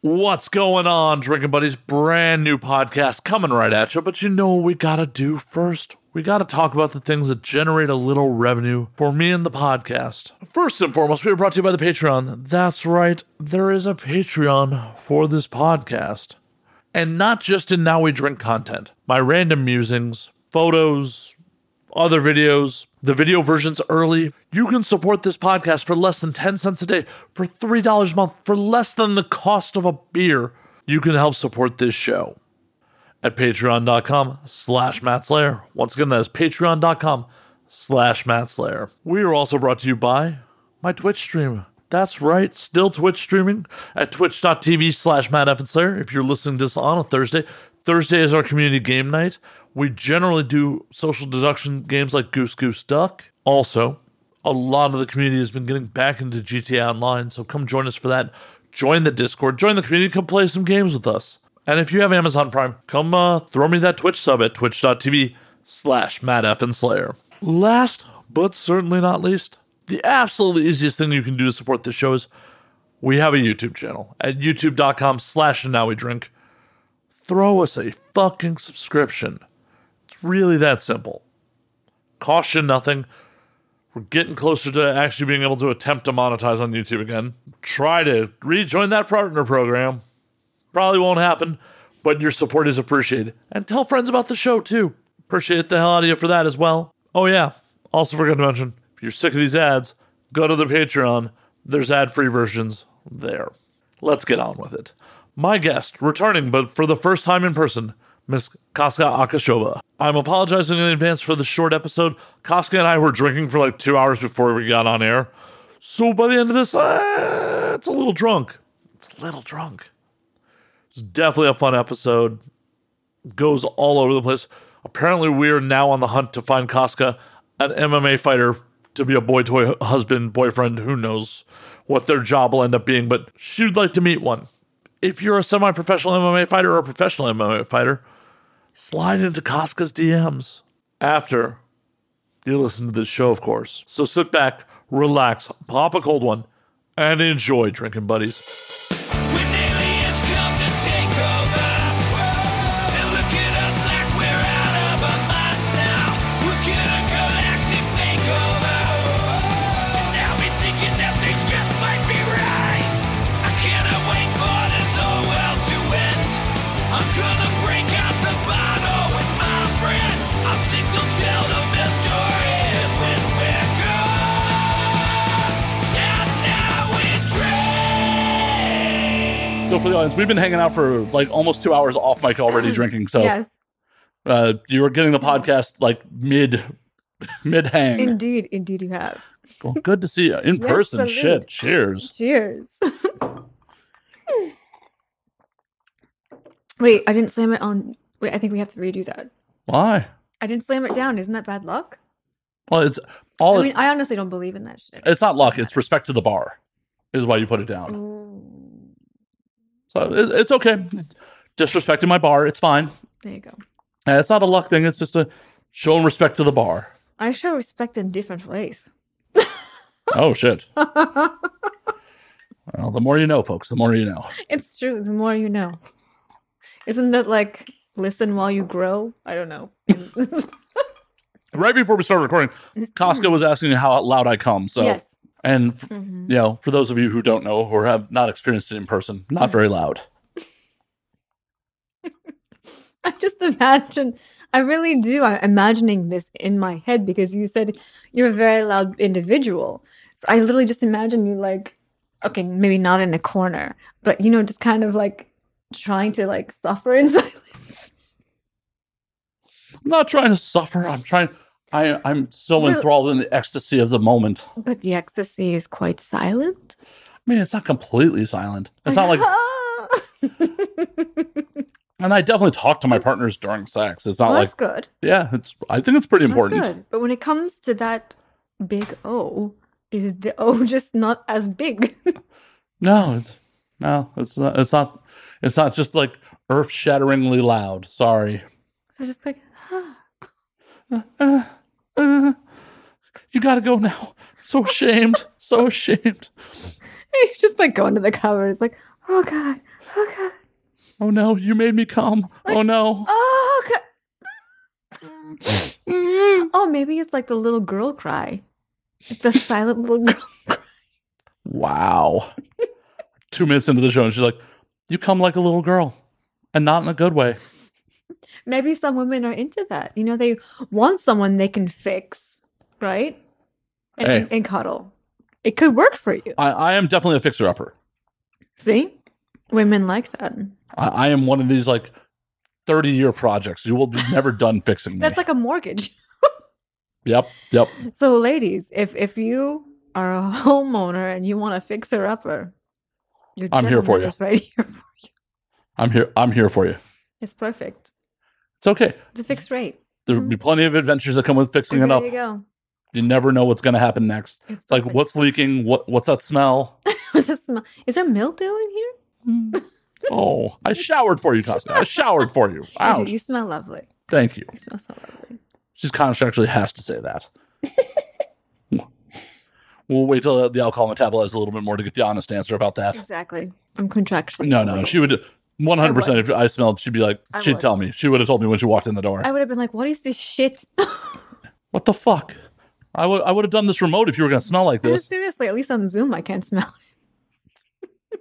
What's going on, Drinking Buddies? Brand new podcast coming right at you. But you know what we gotta do first? We gotta talk about the things that generate a little revenue for me and the podcast. First and foremost, we are brought to you by the Patreon. That's right, there is a Patreon for this podcast. And not just in Now We Drink content, my random musings, photos, other videos, the video versions early. You can support this podcast for less than 10 cents a day, for $3 a month, for less than the cost of a beer. You can help support this show at patreon.com slash Matt Slayer. Once again, that is patreon.com slash Matt Slayer. We are also brought to you by my Twitch stream. That's right, still Twitch streaming at twitch.tv slash Matt Slayer. If you're listening to this on a Thursday, Thursday is our community game night. We generally do social deduction games like Goose Goose Duck. Also, a lot of the community has been getting back into GTA Online, so come join us for that. Join the Discord, join the community, come play some games with us. And if you have Amazon Prime, come uh, throw me that Twitch sub at twitch.tv slash Matt Slayer. Last but certainly not least, the absolutely easiest thing you can do to support this show is we have a YouTube channel at youtube.com slash now we drink throw us a fucking subscription. It's really that simple. Cost you nothing. We're getting closer to actually being able to attempt to monetize on YouTube again. Try to rejoin that partner program. Probably won't happen, but your support is appreciated. And tell friends about the show too. Appreciate the hell out of you for that as well. Oh yeah. Also forgot to mention, if you're sick of these ads, go to the Patreon. There's ad-free versions there. Let's get on with it my guest, returning but for the first time in person, Miss Kaska Akashova. I'm apologizing in advance for the short episode. Kaska and I were drinking for like two hours before we got on air. So by the end of this, uh, it's a little drunk. It's a little drunk. It's definitely a fun episode. Goes all over the place. Apparently, we are now on the hunt to find Kaska, an MMA fighter, to be a boy toy husband, boyfriend. Who knows what their job will end up being, but she'd like to meet one if you're a semi professional MMA fighter or a professional MMA fighter, slide into Casca's DMs after you listen to this show, of course. So sit back, relax, pop a cold one, and enjoy drinking, buddies. When aliens come to take over, they look at us like we're out of our minds now. We're gonna galactic makeover, and now we're thinking that they just might be right. I cannot wait for this whole world to end. I'm gonna break out the bottle with my friends. I think they'll tell them their stories when we're gone. And now we drink. So for the audience, we've been hanging out for like almost two hours off mic already drinking. So Yes, uh, you were getting the podcast like mid mid hang. indeed, indeed, you have. Well, good to see you in Yes, person. salute. Shit, cheers. Cheers. Wait, I didn't slam it on. Wait, I think we have to redo that. Why? I didn't slam it down. Isn't that bad luck? Well, it's all. I mean, I honestly don't believe in that shit. it's not luck. It's respect to the bar, is why you put it down. Ooh, So it, it's okay. Disrespecting my bar, it's fine. there you go. And it's not a luck thing. It's just a showing respect to the bar. I show respect in different ways. Oh shit. Well, the more you know, folks. The more you know. it's true. The more you know. Isn't that like listen while you grow? I don't know. Right before we started recording, Costco was asking how loud I come. So yes. And f- Mhm. you know, for those of you who don't know or have not experienced it in person, not very loud. I just imagine. I really do. I'm imagining this in my head because you said you're a very loud individual. So I literally just imagine you like, okay, maybe not in a corner, but you know, just kind of like trying to like suffer in silence. I'm not trying to suffer. I'm trying. I I'm so Well- enthralled in the ecstasy of the moment. I But the ecstasy is quite silent. mean, it's not completely silent. It's not like, and I definitely talk to my partners during sex. It's not well, like, that's good. yeah, it's. I think it's pretty important. That's good. But when it comes to that big O, is the O just not as big? No, it's no, it's not. It's not. It's not just like earth-shatteringly loud. Sorry. so just like, Uh, uh, you gotta go now. So ashamed. so ashamed. just like going to the cover. It's like, oh god, Okay. Oh no, you made me calm. Oh no. Oh, okay. Oh, maybe it's like the little girl cry. Like the silent little girl. Wow. Two minutes into the show, and she's like, You come like a little girl, and not in a good way. Maybe some women are into that. You know, they want someone they can fix, right? And, Hey. and, and cuddle. It could work for you. I, I am definitely a fixer upper. See? Women like that. I, I am one of these like 30 year projects. You will be never done fixing me. That's like a mortgage. yep. Yep. So, ladies, if if you are a homeowner and you want a fixer upper, your I'm here for gentleman you. Is right here. For you. I'm here. I'm here for you. It's perfect. It's okay. It's a fixed rate. There will be plenty of adventures that come with fixing there it up. you You, go. never know what's going to happen next. It's It's like, perfect. what's leaking? What What's that smell? What's the smell? Is there mildew in here? oh, I showered for you, Cosmo. I showered for you. You do. Ouch. You smell lovely. Thank you. You smell so lovely. She's contractually has to say that. we'll wait till the alcohol metabolizes a little bit more to get the honest answer about that. Exactly. I'm contractually. No, no, she would 100% if I smelled, she'd be like, I she'd would. tell me. She would have told me when she walked in the door. I would have been like, "What is this shit?" what the fuck? I would I would have done this remote if you were going to smell like this. Seriously, at least on Zoom, I can't smell.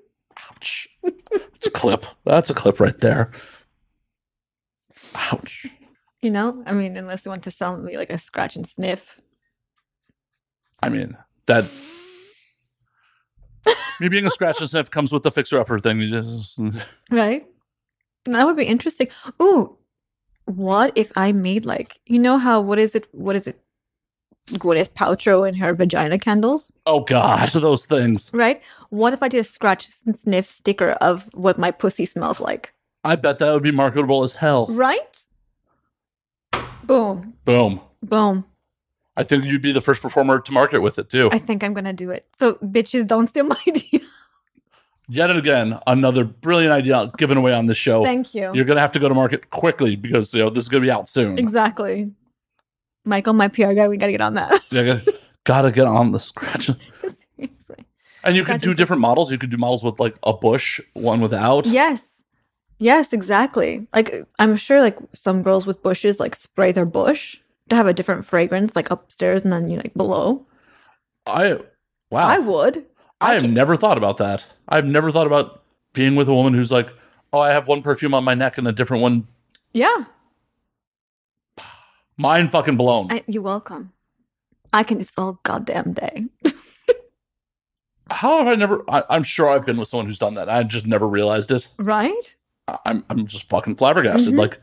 Ouch. That's a clip. That's a clip right there. Ouch. You know, I mean, unless you want to sell me like a scratch and sniff. I mean, that. Me being a scratch and sniff comes with the fixer upper thing. You just- Right? And That would be interesting. Ooh, what if I made like you know how what is it what is it Gwyneth Paltrow and her vagina candles, Oh, God, those things. right? What if I did a scratch and sniff sticker of what my pussy smells like, I bet that would be marketable as hell. right? Boom, Boom. boom. I think you'd be the first performer to market with it, too. I think I'm gonna do it. So bitches, don't steal my idea. Yet again, another brilliant idea given away on the show. Thank you. Oh, You're going to have to go to market quickly because, you know, this is going to be out soon. exactly, Michael, my PR guy. We gotta get on that. You gotta- Gotta get on the scratch. Seriously. And you can Scratch do and- different models. You could do models with like a bush, one without. Yes. Yes, exactly. Like I'm sure like some girls with bushes like spray their bush to have a different fragrance like upstairs and then you like below. I wow. I would. I have never thought about that. I've never thought about being with a woman who's like, oh, I have one perfume on my neck and a different one. Yeah. Mind fucking blown. I, you're welcome. I can it's all goddamn day. How have I never? I, I'm sure I've been with someone who's done that. I just never realized it. Right? I- I'm I'm just fucking flabbergasted. Mhm. Like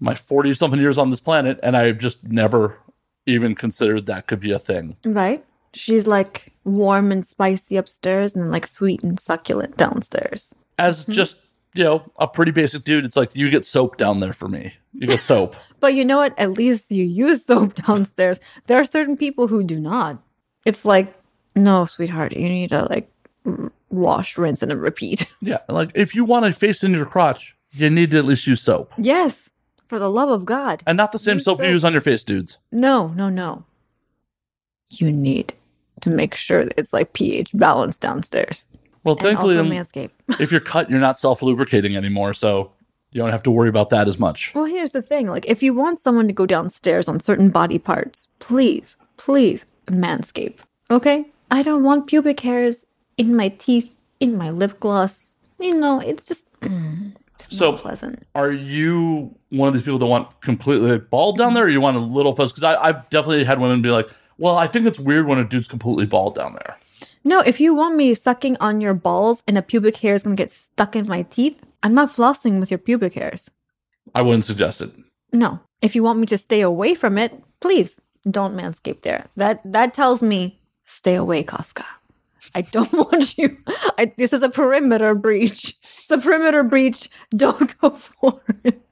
my 40 something years on this planet, and I've just never even considered that could be a thing. Right? She's like warm and spicy upstairs and like sweet and succulent downstairs. As just you know a pretty basic dude, it's like you get soap down there for me. You get soap. But you know what? At least you use soap downstairs. There are certain people who do not. It's like, no, sweetheart, you need to like r- wash, rinse, and repeat. yeah, like if you want a face in your crotch, you need to at least use soap. Yes, for the love of God. And not the same Use soap you soap. use on your face, dudes. No, no, no. You need to make sure that it's like pH balanced downstairs. Well, And thankfully, also um, Manscaped. if you're cut, you're not self lubricating anymore. So you don't have to worry about that as much. Well, here's the thing like, if you want someone to go downstairs on certain body parts, please, please manscape. Okay? I don't want pubic hairs in my teeth, in my lip gloss. You know, it's just it's So- not pleasant. Are you one of these people that want completely bald down there or you want a little fuzz? Because I've definitely had women be like, well, I think it's weird when a dude's completely bald down there. No, if you want me sucking on your balls and a pubic hair is gonna get stuck in my teeth, I'm not flossing with your pubic hairs. I wouldn't suggest it. No. If you want me to stay away from it, please don't manscape there. That that tells me stay away, Casca. I don't want you. I, this is a perimeter breach. It's a perimeter breach. Don't go for it.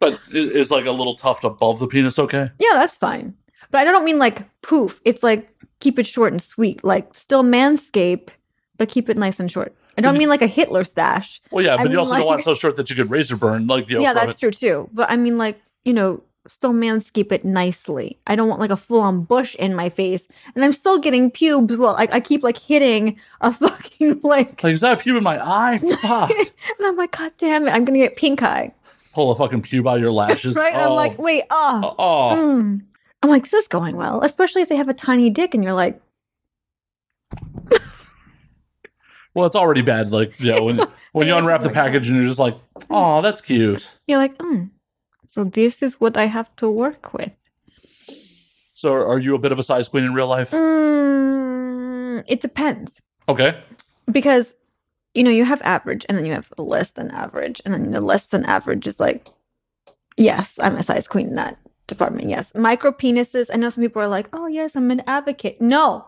But i- is like a little tuft above the penis okay? Yeah, that's fine. But I don't mean like poof. It's like keep it short and sweet. Like still manscape, but keep it nice and short. I don't mean like a Hitler stash. Well, yeah, I but mean, you also like- don't want it so short that you could razor burn. Like, you know, yeah, from that's it. true too. But I mean, like you know, still manscape it nicely. I don't want like a full on bush in my face, and I'm still getting pubes. Well, I, I keep like hitting a fucking like, Like, is that a pube in my eye? Fuck. and I'm like, God damn it, I'm gonna get pink eye, Pull a fucking pube out of your lashes. right? Oh, I'm like, wait, oh, oh. mm. I'm like, this is going well, especially if they have a tiny dick, and you're like, Well, it's already bad. Like, you know, when, It's- when you it's unwrap the like that. package and you're just like, oh, that's cute. you're like, mm. so this is what I have to work with. So, are you a bit of a size queen in real life? Mm, it depends. Okay. because you know you have average and then you have less than average and then the less than average is like yes i'm a size queen in that department yes micro penises i know some people are like oh yes i'm an advocate no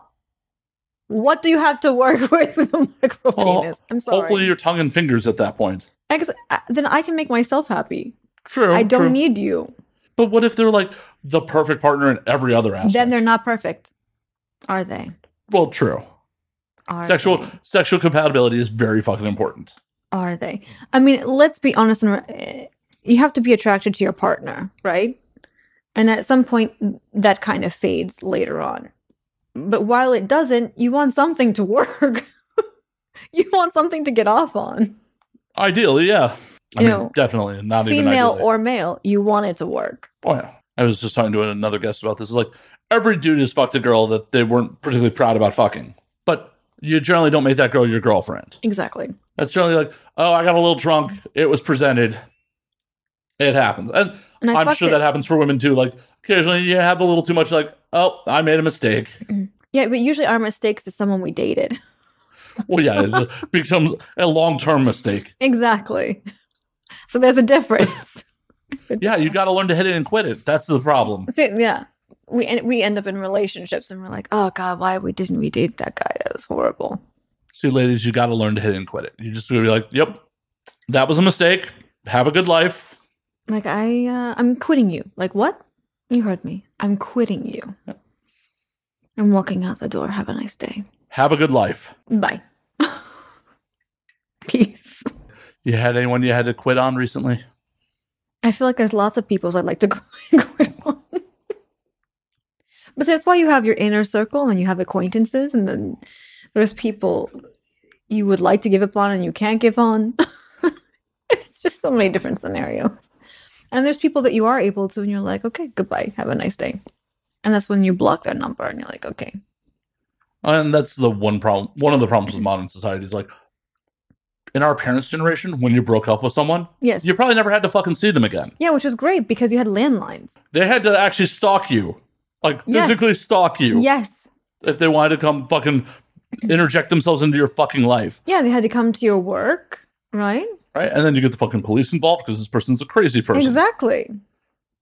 what do you have to work with with a micro Well, penis i'm sorry Hopefully, your tongue and fingers at that point. Ex- uh, then i can make myself happy True. i don't true. need you But what if they're like the perfect partner in every other aspect? then they're not perfect are they Well, true. are sexual they? sexual compatibility is very fucking important. are Mm. they? I mean, let's be honest and re- you have to be attracted to your partner, right? And at some point that kind of fades later on. But while it doesn't, you want something to work. you want something to get off on. Ideally, yeah. I mean, Ew. definitely not even Female ideally. or male, you want it to work. oh yeah. I was just talking to another guest about this. It's like every dude has fucked a girl that they weren't particularly proud about fucking, but you generally don't make that girl your girlfriend. Exactly. That's generally like, oh, I got a little drunk. It was presented. It happens, and And I I'm fucked sure it. that happens for women too. Like occasionally, you have a little too much. Like, oh, I made a mistake. yeah, but usually our mistakes is someone we dated. well, yeah, it becomes a long term mistake. Exactly. So there's a difference. It's a Yeah, you got to learn to hit it and quit it. That's the problem. See, yeah, we en- we end up in relationships and we're like, oh god, why we didn't we date that guy? That was horrible. See, ladies, you got to learn to hit it and quit it. You just be like, yep, that was a mistake. Have a good life. Like I, uh, I'm quitting you. Like what? You heard me. I'm quitting you. I'm walking out the door. Have a nice day. Have a good life. Bye. Peace. You had anyone you had to quit on recently? I feel like there's lots of people's I'd like to quit on. but that's why you have your inner circle and you have acquaintances, and then there's people you would like to give up on and you can't give on. it's just so many different scenarios. And there's people that you are able to, and you're like, okay, goodbye, have a nice day. And that's when you block their number and you're like, okay. And that's the one problem. One of the problems with modern society is like, in our parents' generation, when you broke up with someone, Yes. you probably never had to fucking see them again. yeah, which was great because you had landlines. They had to actually stalk you, like Yes. physically stalk you, Yes. if they wanted to come fucking interject themselves into your fucking life. Yeah, they had to come to your work, right? right? And then you get the fucking police involved because this person's a crazy person. Exactly.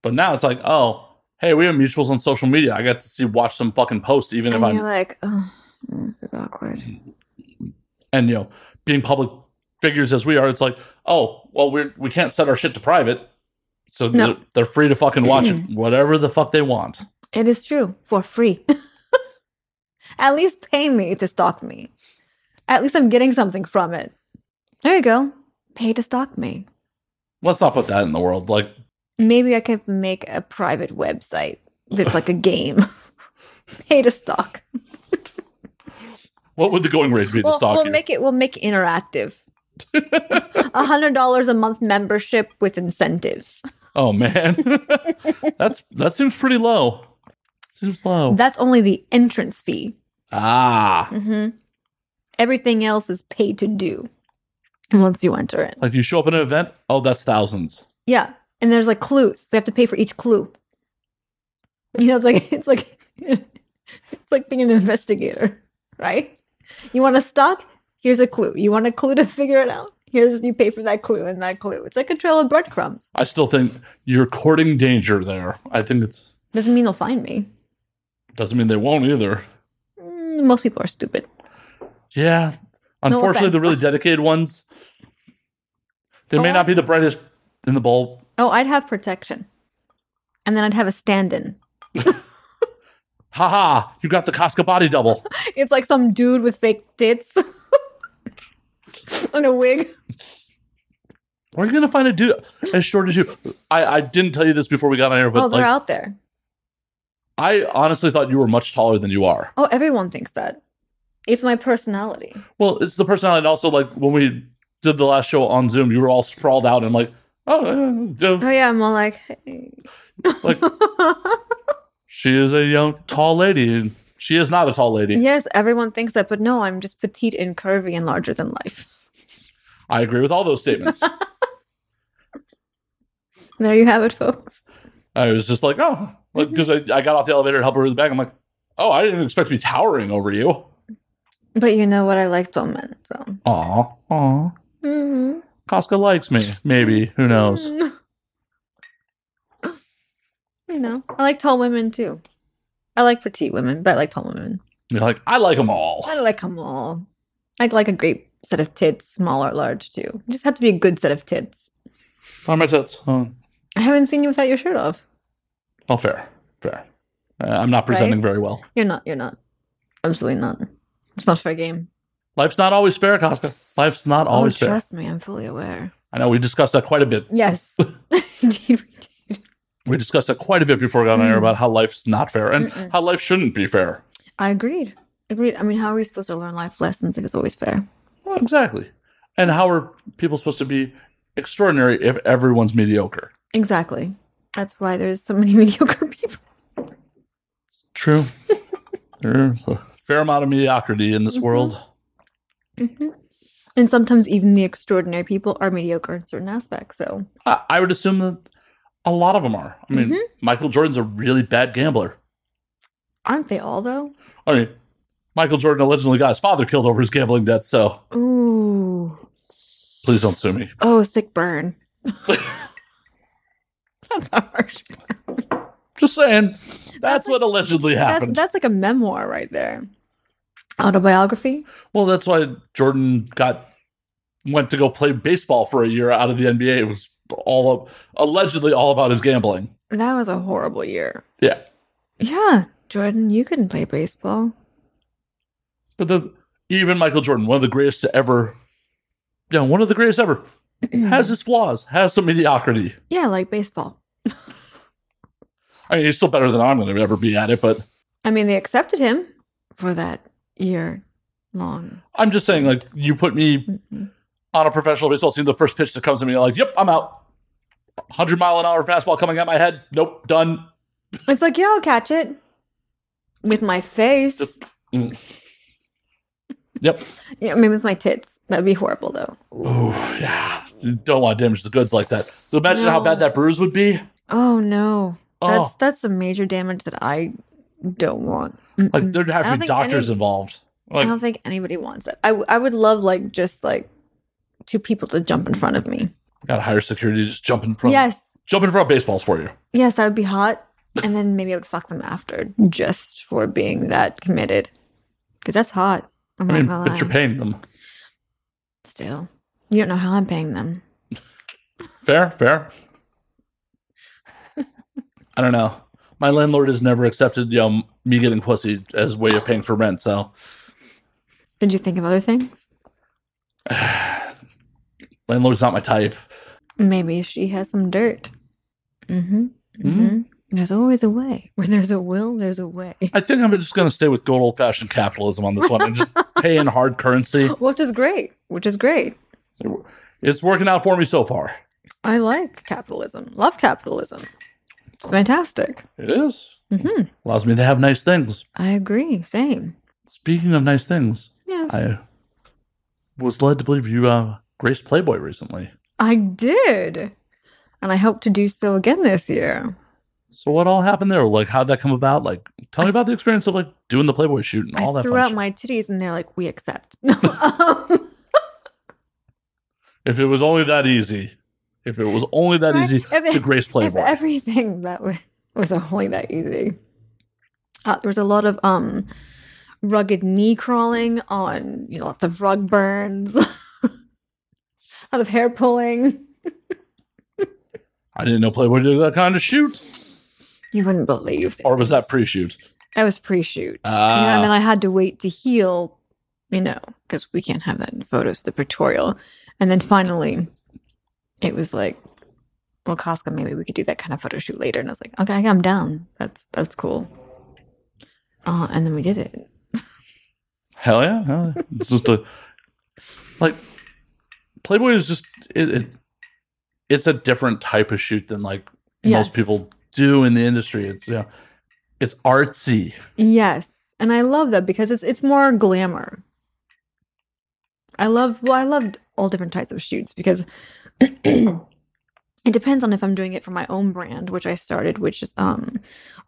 But now it's like, oh, hey, we have mutuals on social media. I got to see watch some fucking post, even if And I'm you're like, oh, this is awkward. and you know being public figures as we are. It's like, oh, well, we we can't set our shit to private, so No. they're, they're free to fucking watch it, whatever the fuck they want. It is true for free. At least pay me to stalk me. At least I'm getting something from it. There you go. Pay to stalk me. Let's not put that in the world. Like, Maybe I could make a private website that's like a game. pay to stalk. what would the going rate be to We'll, stalk we'll you? make it. We'll make it interactive. A hundred dollars a month membership with incentives. oh man, that's that seems pretty low. Seems low. That's only the entrance fee. ah, hmm Everything else is paid to do. And once you enter it. like you show up at an event. Oh, that's thousands. Yeah, and there's like clues. So you have to pay for each clue. You know, it's like it's like it's like being an investigator, right? You want to stalk? Here's a clue. You want a clue to figure it out? Here's you pay for that clue and that clue. It's like a trail of breadcrumbs. I still think you're courting danger there. I think it's Doesn't mean they'll find me. doesn't mean they won't either. Mm, Most people are stupid. Yeah. Unfortunately, the offense. really dedicated ones, they may Oh, not be the brightest in the bulb. Oh, I'd have protection, and then I'd have a stand-in. Haha, you got the Costco body double. It's like some dude with fake tits and a wig. Where are you gonna find a dude as short as you? I, I didn't tell you this before we got on air, but oh, they're like out there. I honestly thought you were much taller than you are. Oh, everyone thinks that. It's my personality. Well, it's the personality. And also, like when we did the last show on Zoom, you were all sprawled out and like, oh, uh, uh, Oh yeah, I'm all like, hey. Like- she is a young, tall lady, and she is not a tall lady. yes, everyone thinks that, but no, I'm just petite and curvy and larger than life. I agree with all those statements. There you have it, folks. I was just like, oh, Mm-hmm. because I, I got off the elevator to help her with the bag. I'm like, oh, I didn't expect to be towering over you. But you know what? I like tall men, so. Aw, aw. Mhm. Costco likes me. Maybe. Who knows? Mm. You know, I like tall women too. I like petite women, but I like tall women. You're like, I like them all. I like them all. I like a great set of tits, small or large too. You just have to be a good set of tits. Are my tits? Oh, I haven't seen you without your shirt off. oh, fair. Fair. Uh, I'm not presenting very well. You're not. You're not. Absolutely not. It's not fair game. Life's not always fair, Costco. Life's not always oh, fair. trust me, I'm fully aware. I know we discussed that quite a bit. Yes, indeed we did. We discussed that quite a bit before we got on air Mm. about how life's not fair and Mm-mm. how life shouldn't be fair. I agreed. Agreed. I mean, how are we supposed to learn life lessons if it's always fair? Well, exactly. And how are people supposed to be extraordinary if everyone's mediocre? Exactly. That's why there's so many mediocre people. True. There's a fair amount of mediocrity in this Mhm. world. hmm And sometimes even the extraordinary people are mediocre in certain aspects. So I, I would assume that a lot of them are. I mean, Mm-hmm. Michael Jordan's a really bad gambler. aren't they all though? I mean, Michael Jordan allegedly got his father killed over his gambling debt, so Ooh. please don't sue me. Oh, sick burn. that's harsh. Just saying, that's, That's what allegedly That's, happened. that's like a memoir right there. Autobiography. well, that's why Jordan got went to go play baseball for a year out of the NBA. It was all up, allegedly all about his gambling. That was a horrible year. Yeah. Yeah, Jordan, you couldn't play baseball. But the, even Michael Jordan, one of the greatest to ever, yeah, one of the greatest ever, has his flaws, has some mediocrity. yeah, like baseball. I mean, he's still better than I'm going to ever be at it, but I mean, they accepted him for that year long. I'm just saying, like, you put me Mhm. on a professional baseball team, the first pitch that comes to me, like, yep, I'm out. 100 mile an hour fastball coming at my head. Nope, done. It's like, yeah, I'll catch it with my face. Mm. Yep. Yeah, I mean, with my tits. That'd be horrible, though. Oh, yeah. You don't want to damage the goods like that. So imagine how No. bad that bruise would be. Oh no, that's Oh, that's a major damage that I don't want. like, Mm-mm. there'd Mm. I have don't to be think doctors any- involved. I Like, don't think anybody wants that. I w- I would love like just like two people to jump in front of me. gotta hire security to just jump in front. Yes, Oh Jump in front of baseballs for you. yes, that would be hot. And then maybe I would fuck them after just for being that committed, because that's hot. I I'm not mean, gonna but you're lie. paying them. Still, you don't know how I'm paying them. Fair, fair. I don't know. My landlord has never accepted you know, me getting pussy as a way of paying for rent. So, Did you think of other things? landlord's not my type. Maybe she has some dirt. Mm-hmm. Hmm? hmm There's always a way. Where there's a will, there's a way. I think I'm just going to stay with good old fashioned capitalism on this one and just pay in hard currency. Which is great. Which is great. It's working out for me so far. I like capitalism. Love capitalism. It's fantastic. It is. hmm Allows me to have nice things. I agree. Same. Speaking of nice things, Yes. I, I was led to believe you uh, graced Playboy recently. did. And I hope to do so again this year. So what all happened there? Like how'd that come about? Like tell me about the experience of like doing the Playboy shoot and all I that. threw fun out shit. my titties and they're like, we accept. Um, If it was only that easy, if it was only that Right? easy If- to grace if Playboy, everything that was, was only that easy. Uh, there was a lot of um rugged knee crawling on you know, lots of rug burns, a lot of hair pulling. I didn't know Playboy did that kind of shoot, You wouldn't believe. or was that pre-shoot? That was pre-shoot, You know, Ah. and then I had to wait to heal, you know, because we can't have that in photos of the pictorial. And then finally, it was like, well, Costco, maybe we could do that kind of photo shoot later. And I was like, okay, I'm down. That's that's cool. Uh, and then we did it. Hell yeah, hell yeah. It's just a like Playboy is just it, it it's a different type of shoot than like Yes. most people do in the industry. It's yeah, it's artsy. Yes, and I love that because it's it's more glamour. I love well, I loved all different types of shoots because it depends on if I'm doing it for my own brand, which I started, which is um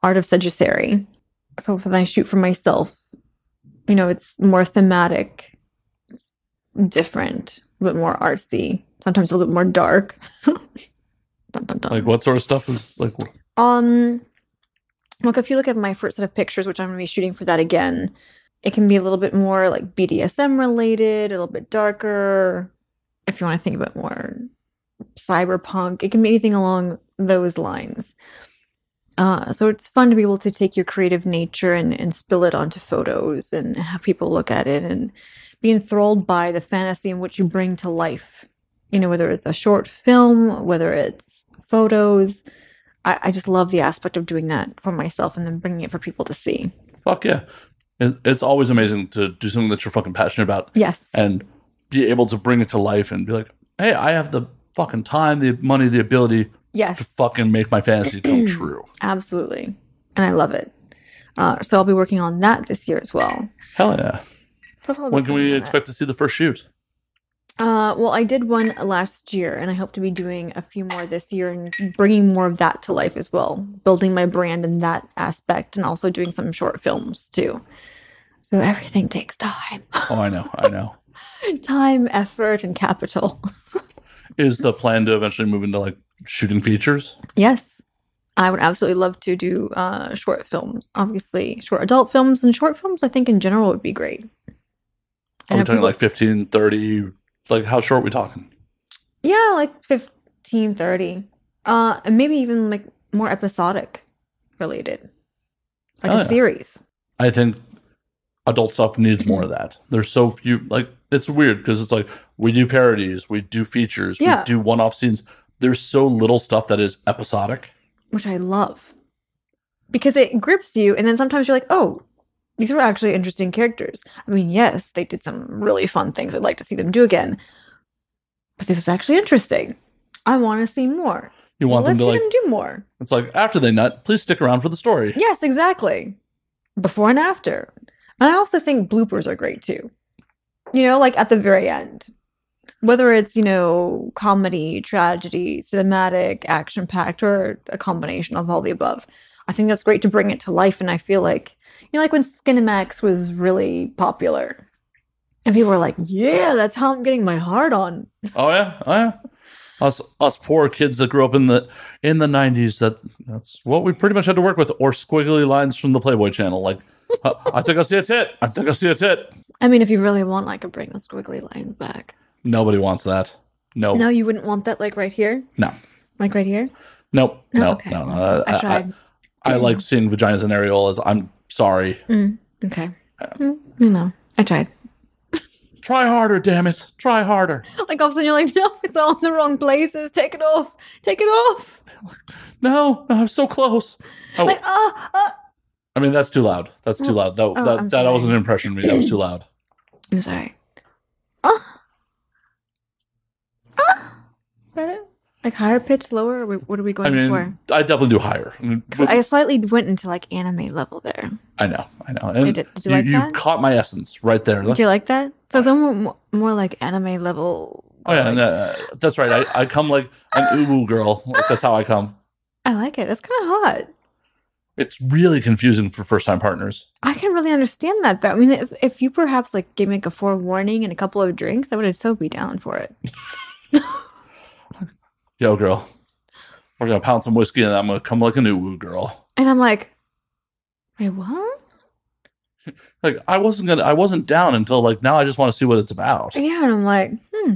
Art of Sagittary. So if I shoot for myself, you know, it's more thematic, different, a bit more artsy, sometimes a little bit more dark. dun, dun, dun. Like what sort of stuff is like Um, look, if you look at my first set of pictures, which I'm going to be shooting for that again, it can be a little bit more like BDSM related, a little bit darker. If you want to think about more cyberpunk, it can be anything along those lines. Uh, so it's fun to be able to take your creative nature and, and spill it onto photos and have people look at it and be enthralled by the fantasy in which you bring to life. You know, whether it's a short film, whether it's photos, I, I just love the aspect of doing that for myself and then bringing it for people to see. fuck yeah. It, it's always amazing to do something that you're fucking passionate about Yes. and be able to bring it to life and be like, hey, I have the fucking time, the money, the ability to yes. fucking make my fantasy come true. Absolutely. And I love it. Uh, so I'll be working on that this year as well. Hell yeah. So that's all I'll be When can working we on that. expect to see the first shoot? Uh, well, I did one last year, and I hope to be doing a few more this year and bringing more of that to life as well, building my brand in that aspect, and also doing some short films too. So everything takes time, Oh, I know, I know. time, effort, and capital. Is the plan to eventually move into like shooting features? Yes, I would absolutely love to do uh, short films. Obviously, short adult films and short films, I think in general would be great. Are And we if talking people- like 15, 30? Like how short are we talking? yeah, like fifteen, thirty, uh, and maybe even like more episodic related, like Oh, a yeah. series. I think adult stuff needs more of that. There's so few like it's weird because it's like we do parodies, we do features, Yeah. we do one off scenes. There's so little stuff that is episodic. which I love because it grips you. And then sometimes you're like, oh, these were actually interesting characters. I mean, yes, they did some really fun things I'd like to see them do again, but this was actually interesting. I want to see more. You want Let's them to see like them do more. it's like after they nut, please stick around for the story. Yes, exactly. Before and after. And I also think bloopers are great too. You know, like at the very end. Whether it's, you know, comedy, tragedy, cinematic, action packed, or a combination of all the above. I think that's great to bring it to life. And I feel like, you know, like when Skinemax was really popular and people were like, yeah, that's how I'm getting my heart on. Oh yeah, oh yeah. Us us poor kids that grew up in the in the nineties that that's what we pretty much had to work with, or squiggly lines from the Playboy channel. Like "Uh, I think I see a tit. I think I see a tit. I mean, if you really want, I could bring the squiggly lines back. Nobody wants that. No. No, you wouldn't want that, like right here? No. Like right here? Nope. No, No. okay. No. no. Uh, I tried. I, like seeing vaginas and areolas. I'm sorry. Mm, okay. Mm, you know, I tried. Try harder, damn it. Try harder. Like all of a sudden you're like, no, it's all in the wrong places. Take it off. Take it off. No. No. I'm so close. Oh, Like, ah, ah. I mean, that's too loud. That's too loud. That that, Oh. I'm that sorry. was an impression to me. That was too loud. I'm sorry. Ah. Ah. Is that it? Like higher pitch, lower? Or wh- what are we I going mean, for? I definitely do higher. I, mean, 'Cause I slightly went into like anime level there. I know. I know. And did- did you you, like that? caught my essence right there. Do you like that? So it's almost mo- more like anime level. oh yeah, and, uh, that's right. I, I come like an ubu girl. Like, that's how I come. I like it. That's kind of hot. It's really confusing for first time partners. I can really understand that though. I mean, if, if you perhaps like gave me like a forewarning and a couple of drinks, I would so be down for it. Yo, girl, we're gonna pound some whiskey, and I'm gonna come like an ubu girl. And I'm like, wait, what? like i wasn't gonna i wasn't down until like now i just want to see what it's about Yeah, and I'm like, hmm,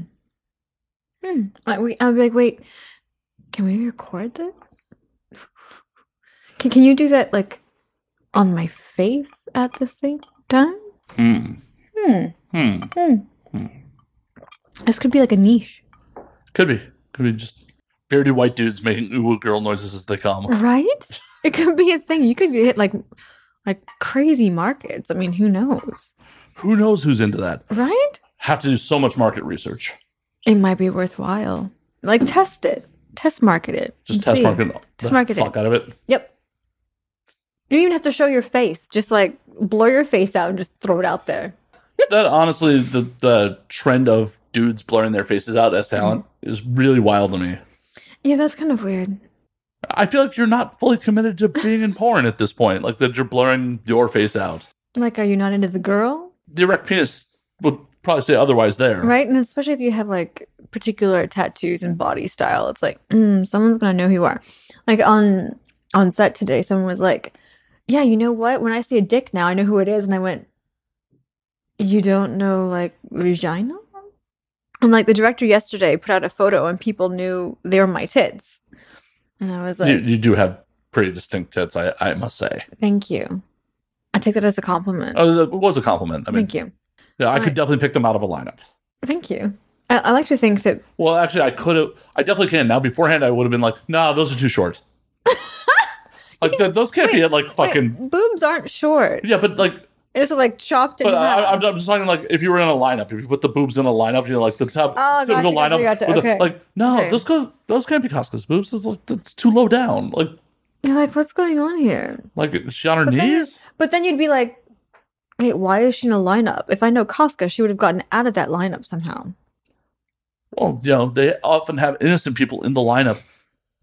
hmm. Like, we, I'd be like, wait, can we record this? Can Can you do that like on my face at the same time? hmm Hmm. hmm This could be like a niche. could be could gonna be just bearded white dudes making ooh girl noises as they come. Right? It could be a thing. You could hit like like crazy markets. I mean, who knows? Who knows who's into that? Right? Have to do so much market research. It might be worthwhile. Like test it. Test market it. Just and test see. market the Just market fuck it. out of it. Yep. You don't even have to show your face. Just like blur your face out and just throw it out there. That honestly, the the trend of dudes blurring their faces out as talent Mm-hmm. is really wild to me. Yeah, that's kind of weird. I feel like you're not fully committed to being in porn at this point. Like that you're blurring your face out. Like, are you not into the girl? The erect penis would probably say otherwise there. Right? And especially if you have like particular tattoos and body style, it's like, mm, someone's gonna know who you are. Like on on set today, someone was like, Yeah, you know what? When I see a dick now, I know who it is. And I went, You don't know like Regina? And like the director yesterday put out a photo and people knew they were my tits. And I was like, You, you do have pretty distinct tits, I, I must say. Thank you. I take that as a compliment. Oh, that was a compliment. I mean, Thank you. yeah, I could Right. definitely pick them out of a lineup. Thank you. I, I like to think that Well, actually, I could have. I definitely can now. Beforehand, I would have been like, "Nah, those are too short." like th- those can't be Wait, at like fucking. Wait, boobs aren't short. Yeah, but like, It's like chopped in but half. I, I'm, I'm just talking like if you were in a lineup, if you put the boobs in a lineup, you're like the top Oh, typical gotcha, lineup. gotcha, gotcha. with the- Okay. like, no, Okay. those go, those can't be Costco's boobs. That's, like, that's too low down. Like, You're like, what's going on here? like is she on her But then- knees. But then you'd be like, wait, why is she in a lineup? If I know Costco, she would have gotten out of that lineup somehow. Well, you know, they often have innocent people in the lineup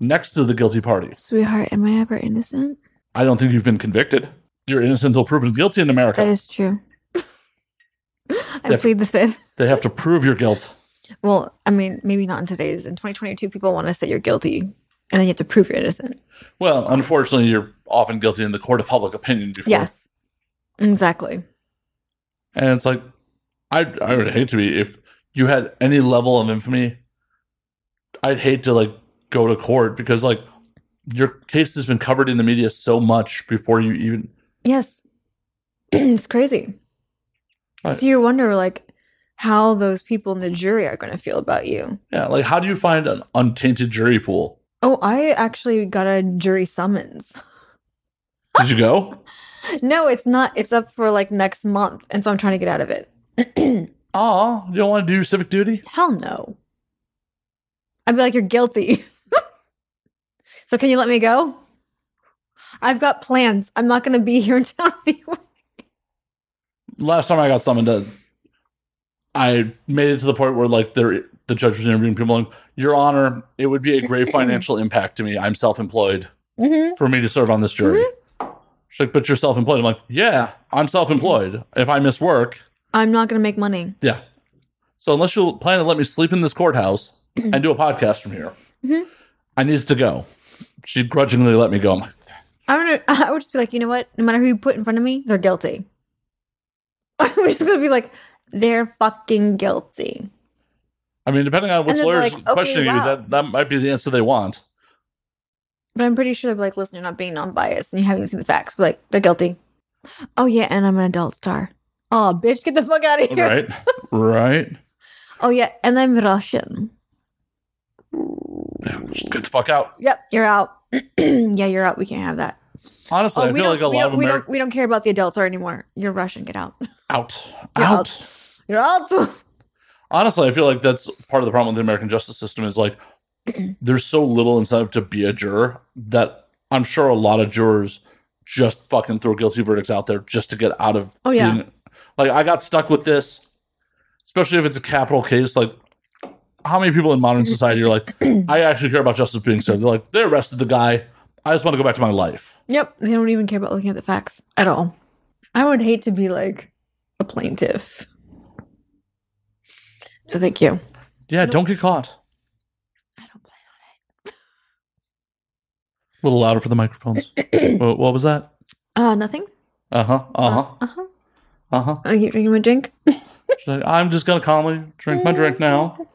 next to the guilty party. Sweetheart, am I ever innocent? I don't think you've been convicted. You're innocent until proven guilty in America. That is true. I Def- plead the fifth. they have to prove your guilt. Well, I mean, maybe not in today's. In 2022, people want to say you're guilty, and then you have to prove you're innocent. Well, unfortunately, you're often guilty in the court of public opinion. Before. Yes, exactly. and it's like, I I would hate to be if you had any level of infamy. I'd hate to like go to court because like your case has been covered in the media so much before you even. Yes. it's crazy. Right. So you wonder like how those people in the jury are going to feel about you. Yeah, like how do you find an untainted jury pool? Oh, I actually got a jury summons. Did you go? No, it's not. It's up for like next month, and so I'm trying to get out of it. Aw, you don't want to do your civic duty? Hell no. I'd be like, you're guilty. so can you let me go? I've got plans. I'm not going to be here in town anyway. last time I got summoned, uh, I made it to the point where like there, the judge was interviewing people. And, Your Honor, it would be a grave financial impact to me. I'm self-employed Mhm. for me to serve on this jury. Mm-hmm. She's like, but you're self-employed. I'm like, yeah, I'm self-employed. If I miss work, I'm not going to make money. yeah. So unless you plan to let me sleep in this courthouse and do a podcast from here, Mhm. I needs to go. She grudgingly let me go. I'm like, I would, I would just be like, you know what? No matter who you put in front of me, they're guilty. I'm just gonna be like, they're fucking guilty. I mean, depending on which then they're lawyer's like, okay, questioning you, wow. that, that might be the answer they want. But I'm pretty sure they'll be like, listen, you're not being non-biased and you haven't seen the facts. But like, they're guilty. Oh yeah, and I'm an adult star. Oh bitch, get the fuck out of here. Right. right. Oh yeah, and I'm Russian. Just get the fuck out. Yep, you're out. yeah, you're out. We can't have that. Oh, Honestly, I Uh, we feel don't- like a we lot don't- of we don't- Americans we don't care about the adult star anymore. You're Russian. Get out. out, You're out. out. You're out. Honestly, I feel like that's part of the problem with the American justice system is like there's so little incentive to be a juror that I'm sure a lot of jurors just fucking throw guilty verdicts out there just to get out of. Oh, yeah. being- like I got stuck with this, especially if it's a capital case. Like, how many people in modern Mm-hmm. society are like, I actually care about justice being served? They're like, they arrested the guy. I just want to go back to my life. Yep, they don't even care about looking at the facts at all. I would hate to be like a plaintiff. No, thank you. Yeah, don't get caught. I don't plan A little louder for the microphones. what, what was that? on it. Uh, nothing. Uh huh. Uh huh. Uh huh. Uh huh. I keep drinking my drink. I'm just gonna calmly drink my drink now.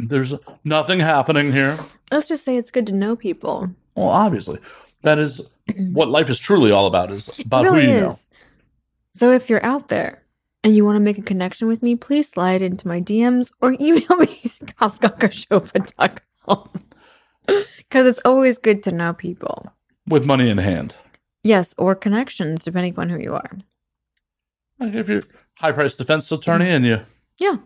There's nothing happening here. Let's just say it's good to know people. Well, obviously, that is what life is truly all about. Is It about really who you is. So if you're out there and you want to make a connection with me, please slide into my DMs or email me at costcockashofa.com. Because it's always good to know people. with money in hand. Yes, or connections, depending upon who you are. Like if you're high priced defense attorney and you Yeah.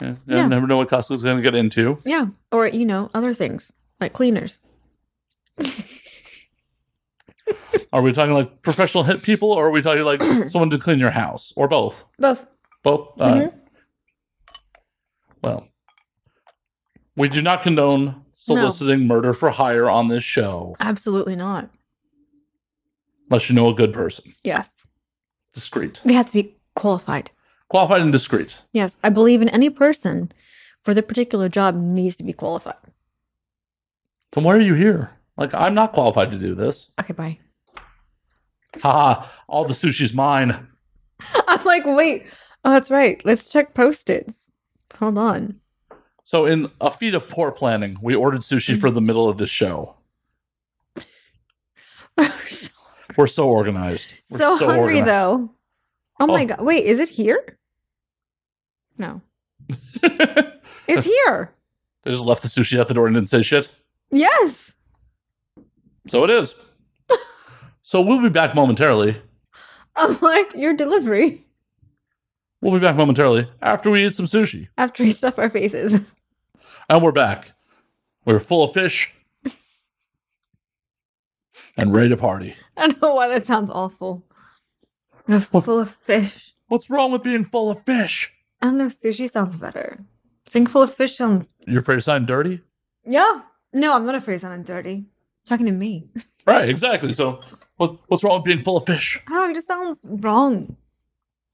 yeah, you Yeah. never know what Costco's going to get into. Yeah. Or, you know, other things like cleaners. Are we talking like professional hit people, or are we talking like someone to clean your house, or both? Both. Mm-hmm. Both. Uh, Well, we do not condone soliciting murder for hire on this show, Absolutely not. unless you know a good person. Yes. Discreet, They have to be qualified. qualified, and discreet. Yes. I believe in any person for the particular job needs to be qualified. Then why are you here? Like I'm not qualified to do this. Okay, bye. Haha! All the sushi's mine. I'm like, wait. Oh, that's right. Let's check post-its. Hold on. So, in a feat of poor planning, we ordered sushi for the middle of this show. We're so, We're so organized. We're so hungry organized. though. Oh, my Oh. god. Wait, is it here? No. It's here. they just left the sushi at the door and didn't say shit. Yes. So it is. so we'll be back momentarily. I'm like, your delivery We'll be back momentarily after we eat some sushi. after we stuff our faces. And we're back. We're full of fish and ready to party. I don't know why that sounds awful. We're full of fish. What's wrong with being full of fish? I don't know. Sushi sounds better. Sing full of fish sounds. You're afraid of sounding dirty? Yeah. No, I'm not afraid sounding dirty. talking to me. Right, exactly. So what, what's wrong with being full of fish? I don't know. It just sounds wrong.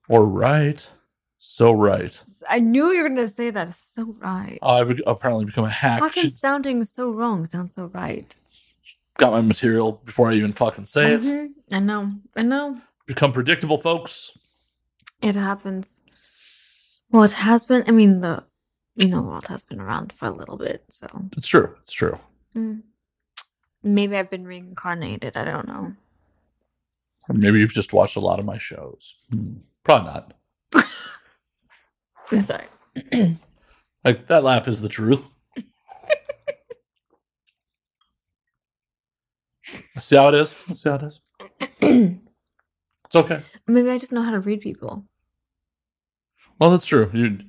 Or right. So right. I knew you were gonna say that. It's so right. I've apparently become a hack. How can She sounding so wrong sound so right? got my material before I even fucking say it. Mhm. I know. I know. Become predictable, folks. It happens. Well, it has been. I mean, the you know world has been around for a little bit, so It's true. It's true. mm. maybe I've been reincarnated. I don't know. Or maybe you've just watched a lot of my shows. Hmm. Probably not. I'm sorry. Like that laugh is the truth. See how it is? See how it is? It's okay. maybe I just know how to read people. Well, that's true. You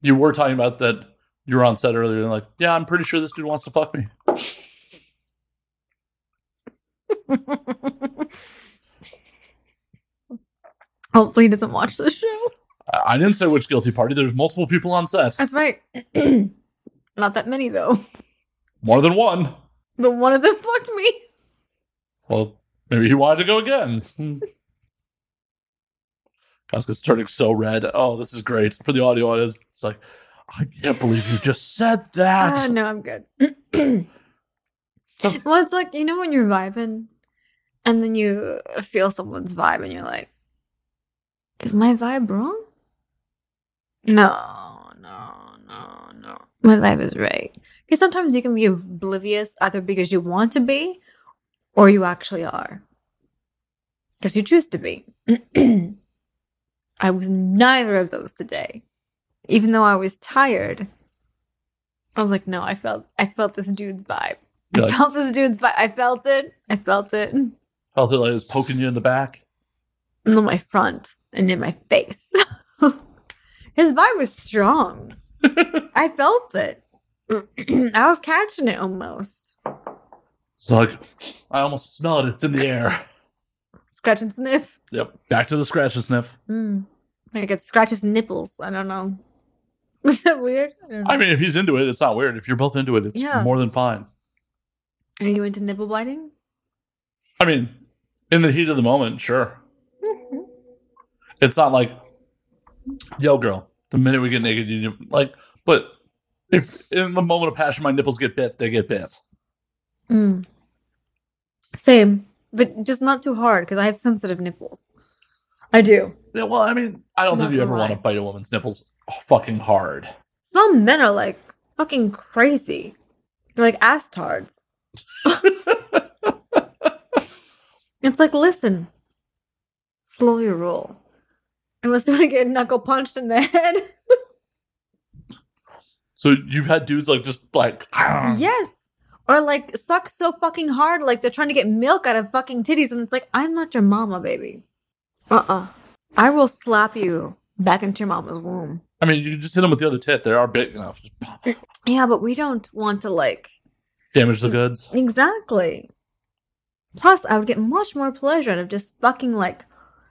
you were talking about that you were on set earlier and like, yeah, I'm pretty sure this dude wants to fuck me. Hopefully, he doesn't watch this show. I, I didn't say which guilty party. There's multiple people on set. That's right. Not that many though. More than one. But one of them fucked me. Well, maybe he wanted to go again. Casca's turning so red. Oh, this is great for the audio audience. It's like, I can't believe you just said that. Ah, no, I'm good. well, it's like you know when you're vibing, and then you feel someone's vibe, and you're like, "Is my vibe wrong?" No, no, no, no. My vibe is right. Because sometimes you can be oblivious either because you want to be, or you actually are, because you choose to be. I was neither of those today, even though I was tired. I was like, no, I felt I felt this dude's vibe. You're I like- felt this dude's vibe. I felt it. I felt it in Felt it like it was poking you in the back. my front and in my face. His vibe was strong. I felt it. I was catching it almost. It's like, I almost smell it. It's in the air. Scratch and sniff. Yep. Back to the scratch and sniff. Mm. I could scratch his nipples. I don't know. Is that weird? I don't know. I mean, if he's into it, it's not weird. If you're both into it, it's Yeah. more than fine. Are you into nipple biting? I mean, in the heat of the moment, sure. It's not like, yo, girl, the minute we get naked, you like, but if in the moment of passion, my nipples get bit, they get bit. Mm. Same, but just not too hard because I have sensitive nipples. I do. Yeah, well, I mean, I don't Not think you gonna ever want to lie. bite a woman's nipples fucking hard. Some men are like fucking crazy. They're like astards. it's like, listen, slow your roll. I Unless you want to get knuckle punched in the head. So you've had dudes like just like yes. Or like suck so fucking hard, like they're trying to get milk out of fucking titties, and it's like, I'm not your mama, baby. Uh uh I will slap you back into your mama's womb. I mean, you just hit them with the other tit. They are big enough. Just Yeah, but we don't want to like damage Hmm. the goods. Exactly. Plus, I would get much more pleasure out of just fucking like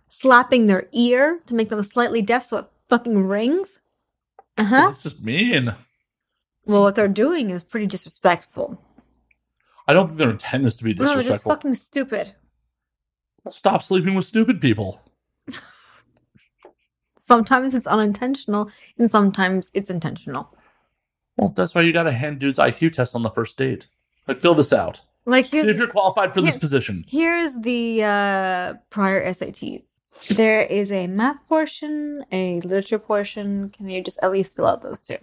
slapping their ear to make them slightly deaf so it fucking rings. Uh huh. It's just mean. Well, what they're doing is pretty disrespectful. I don't think their intent is to be No, they're just disrespectful. fucking stupid. Stop sleeping with stupid people. Sometimes it's unintentional, and sometimes it's intentional. Well, that's why you got to hand dudes IQ test on the first date. Like, fill this out. Like See if here's you're qualified for this here- position. here's the uh, prior SATs. There is a math portion, a literature portion. Can you just at least fill out those two?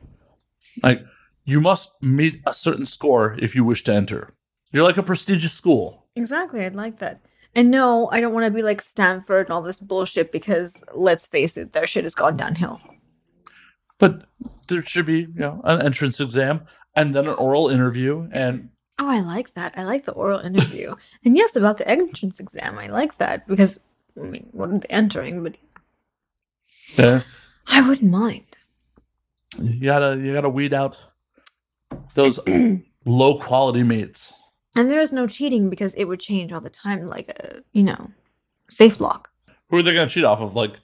You must meet a certain score if you wish to enter. You're like a prestigious school. Exactly, I'd like that. And no, I don't want to be like Stanford and all this bullshit because let's face it, their shit has gone downhill. But there should be, you know, an entrance exam and then an oral interview. And Oh, I like that. I like the oral interview. and yes, about the entrance exam, I like that because I mean, what are they entering? But uh, I wouldn't mind. you gotta you gotta weed out those low quality mates. And there is no cheating because it would change all the time, like a you know, safe lock. Who are they gonna cheat off of? Like,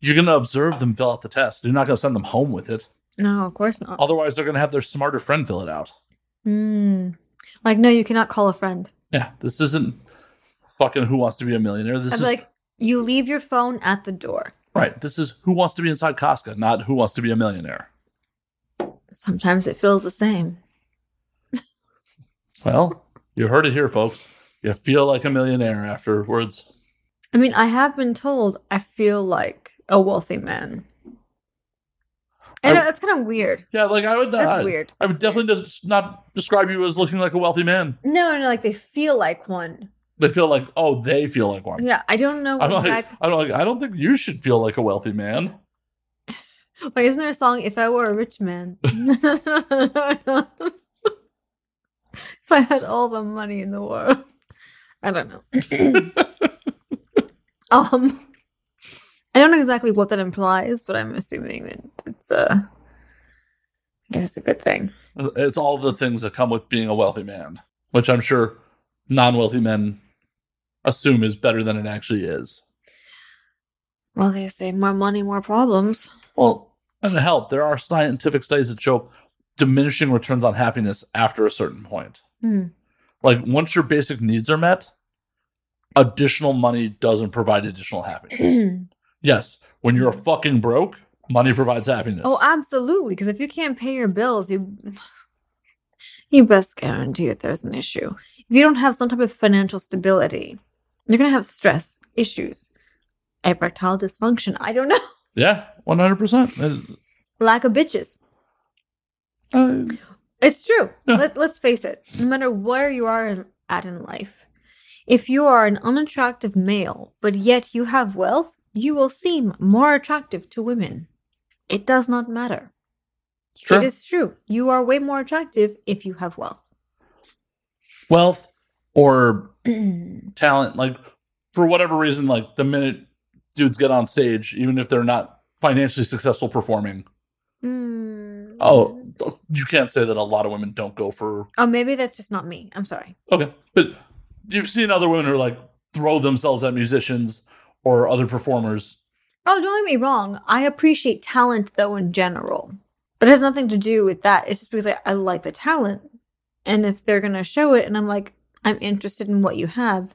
you're gonna observe them fill out the test. You're not gonna send them home with it. No, of course not. Otherwise, they're gonna have their smarter friend fill it out. Mm. Like no, you cannot call a friend. Yeah, this isn't fucking Who Wants to Be a Millionaire. This I'd is be like you leave your phone at the door. right. This is Who Wants to Be Inside Costco, not Who Wants to Be a Millionaire. Sometimes it feels the same. Well, you heard it here, folks. You feel like a millionaire afterwards. I mean, I have been told I feel like a wealthy man. And I- that's kind of weird. Yeah, like I would not. That's weird. I would definitely just not describe you as looking like a wealthy man. No, no, like they feel like one. They feel like, oh, they feel like one. Yeah, I don't know. I'm Exactly. like, I don't. I don't think you should feel like a wealthy man. Wait, isn't there a song, If I Were a Rich Man? if I had all the money in the world. I don't know. um, I don't know exactly what that implies, but I'm assuming that it's a, I guess it's a good thing. It's all the things that come with being a wealthy man, which I'm sure non-wealthy men assume is better than it actually is. Well, they say more money, more problems. Well, and help. There are scientific studies that show diminishing returns on happiness after a certain point. Hmm. Like once your basic needs are met, additional money doesn't provide additional happiness. yes, when you're fucking broke, money provides happiness. oh, absolutely. Because if you can't pay your bills, you you best guarantee that there's an issue. If you don't have some type of financial stability, you're gonna have stress issues, erectile dysfunction. I don't know, yeah, one hundred percent. Uh, lack of bitches. uh, It's true. Yeah. Let, let's face it. No matter where you are in, at in life, if you are an unattractive male, but yet you have wealth, you will seem more attractive to women. It does not matter. It's true. It is true. You are way more attractive if you have wealth. Wealth or yeah, talent like for whatever reason like the minute dudes get on stage even if they're not financially successful performing oh you can't say that a lot of women don't go for Oh, maybe that's just not me. I'm sorry. okay but you've seen other women who like throw themselves at musicians or other performers Oh, don't get me wrong. I appreciate talent though in general, but it has nothing to do with that. It's just because I, I like the talent, and if they're gonna show it, and I'm like, I'm interested in what you have,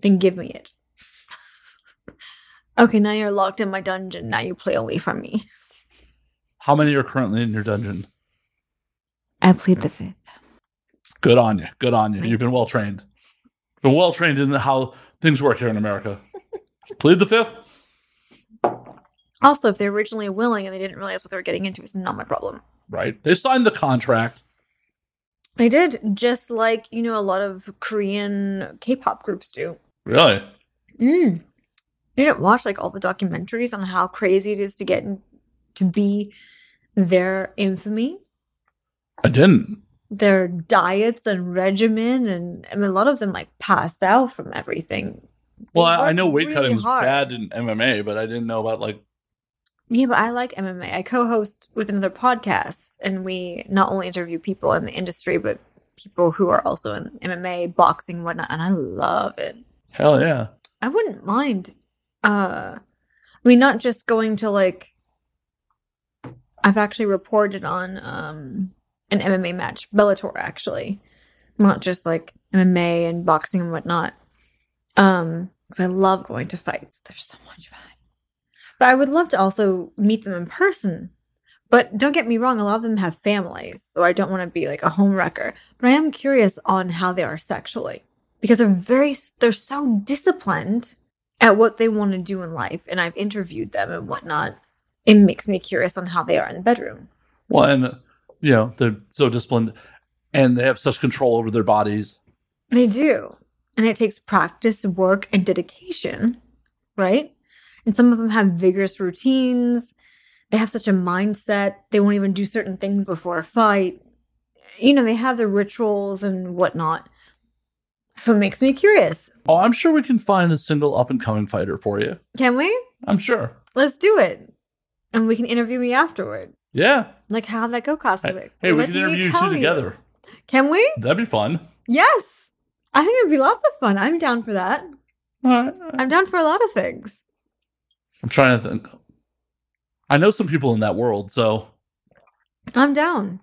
then give me it. okay, now you're locked in my dungeon. Now you play only for me. how many are currently in your dungeon I plead the fifth. good on you good on you you've been well trained been well trained in how things work here in america plead the fifth Also, if they're originally willing and they didn't realize what they were getting into, it's not my problem. right they signed the contract I did, just like you know, a lot of Korean K-pop groups do. really Mm. You didn't watch like all the documentaries on how crazy it is to get in, to be their infamy, I didn't. their diets and regimen, and I mean, a lot of them like pass out from everything. They Well, I, I work know weight really cutting's hard. bad in MMA, but I didn't know about like Yeah, but I like MMA. I co-host with another podcast, and we not only interview people in the industry, but people who are also in MMA, boxing, whatnot, and I love it. hell yeah. I wouldn't mind. Uh, I mean, not just going to like. I've actually reported on um an MMA match, Bellator actually, not just like MMA and boxing and whatnot. Um, because I love going to fights. They're so much fun. But I would love to also meet them in person. But don't get me wrong, a lot of them have families, so I don't want to be like a homewrecker. But I am curious on how they are sexually because they're very they're so disciplined at what they want to do in life and i've interviewed them and whatnot it makes me curious on how they are in the bedroom Well, and you know they're so disciplined, and they have such control over their bodies. they do and it takes practice work and dedication right and some of them have vigorous routines they have such a mindset they won't even do certain things before a fight you know they have their rituals and whatnot so it makes me curious Oh, I'm sure we can find a single up and coming fighter for you. can we I'm sure. let's do it and we can interview me afterwards Yeah. Like how would that go, Cosmic? Hey, we Let can me interview you tell two you. together. Can we? That'd be fun. Yes. I think it'd be lots of fun. I'm down for that. All right. I'm down for a lot of things. I'm trying to think. I know some people in that world, so I'm down.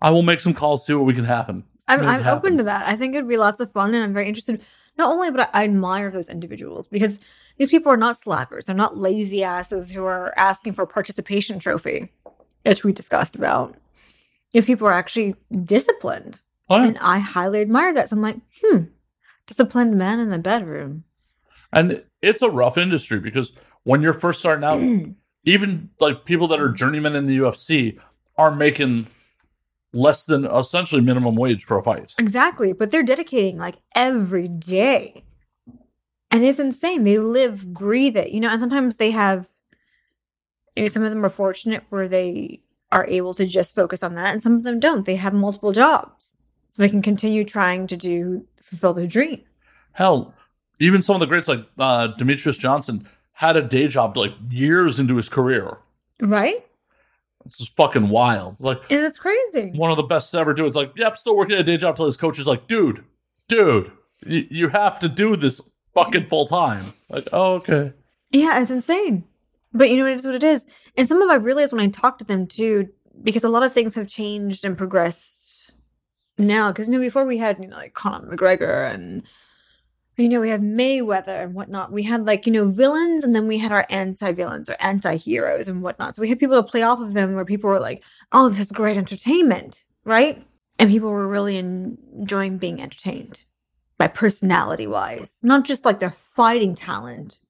I will make some calls, see what we can happen. I'm, Make it I'm open happen. to that. I think it'd be lots of fun, and I'm very interested. Not only, but I admire those individuals because these people are not slackers. They're not lazy asses who are asking for a participation trophy, which we discussed about. These people are actually disciplined, All right. and I highly admire that. So I'm like, hmm, disciplined man in the bedroom. And it's a rough industry because when you're first starting out, even like people that are journeymen in the UFC are making less than essentially minimum wage for a fight. Exactly, but they're dedicating like every day. And it's insane. They live, breathe it, you know, and sometimes they have you know, some of them are fortunate where they are able to just focus on that and some of them don't. They have multiple jobs. So they can continue trying to do fulfill their dream. Hell, even some of the greats like uh, Demetrius Johnson had a day job like years into his career. Right? This is fucking wild. It's like And it's crazy. one of the best to ever do. It's like, yep, still working at a day job till his coach is like, dude, dude, you, you have to do this fucking full time. Like, oh, okay. Yeah, it's insane. But you know, it is what it is. And some of I realized when I talked to them too, because a lot of things have changed and progressed now. Because you know, before we had you know like Conor McGregor and you know we had Mayweather and whatnot. We had like you know villains, and then we had our anti-villains or anti-heroes and whatnot. So we had people to play off of them, where people were like, "Oh, this is great entertainment," right? And people were really en- enjoying being entertained by personality-wise, not just like their fighting talent,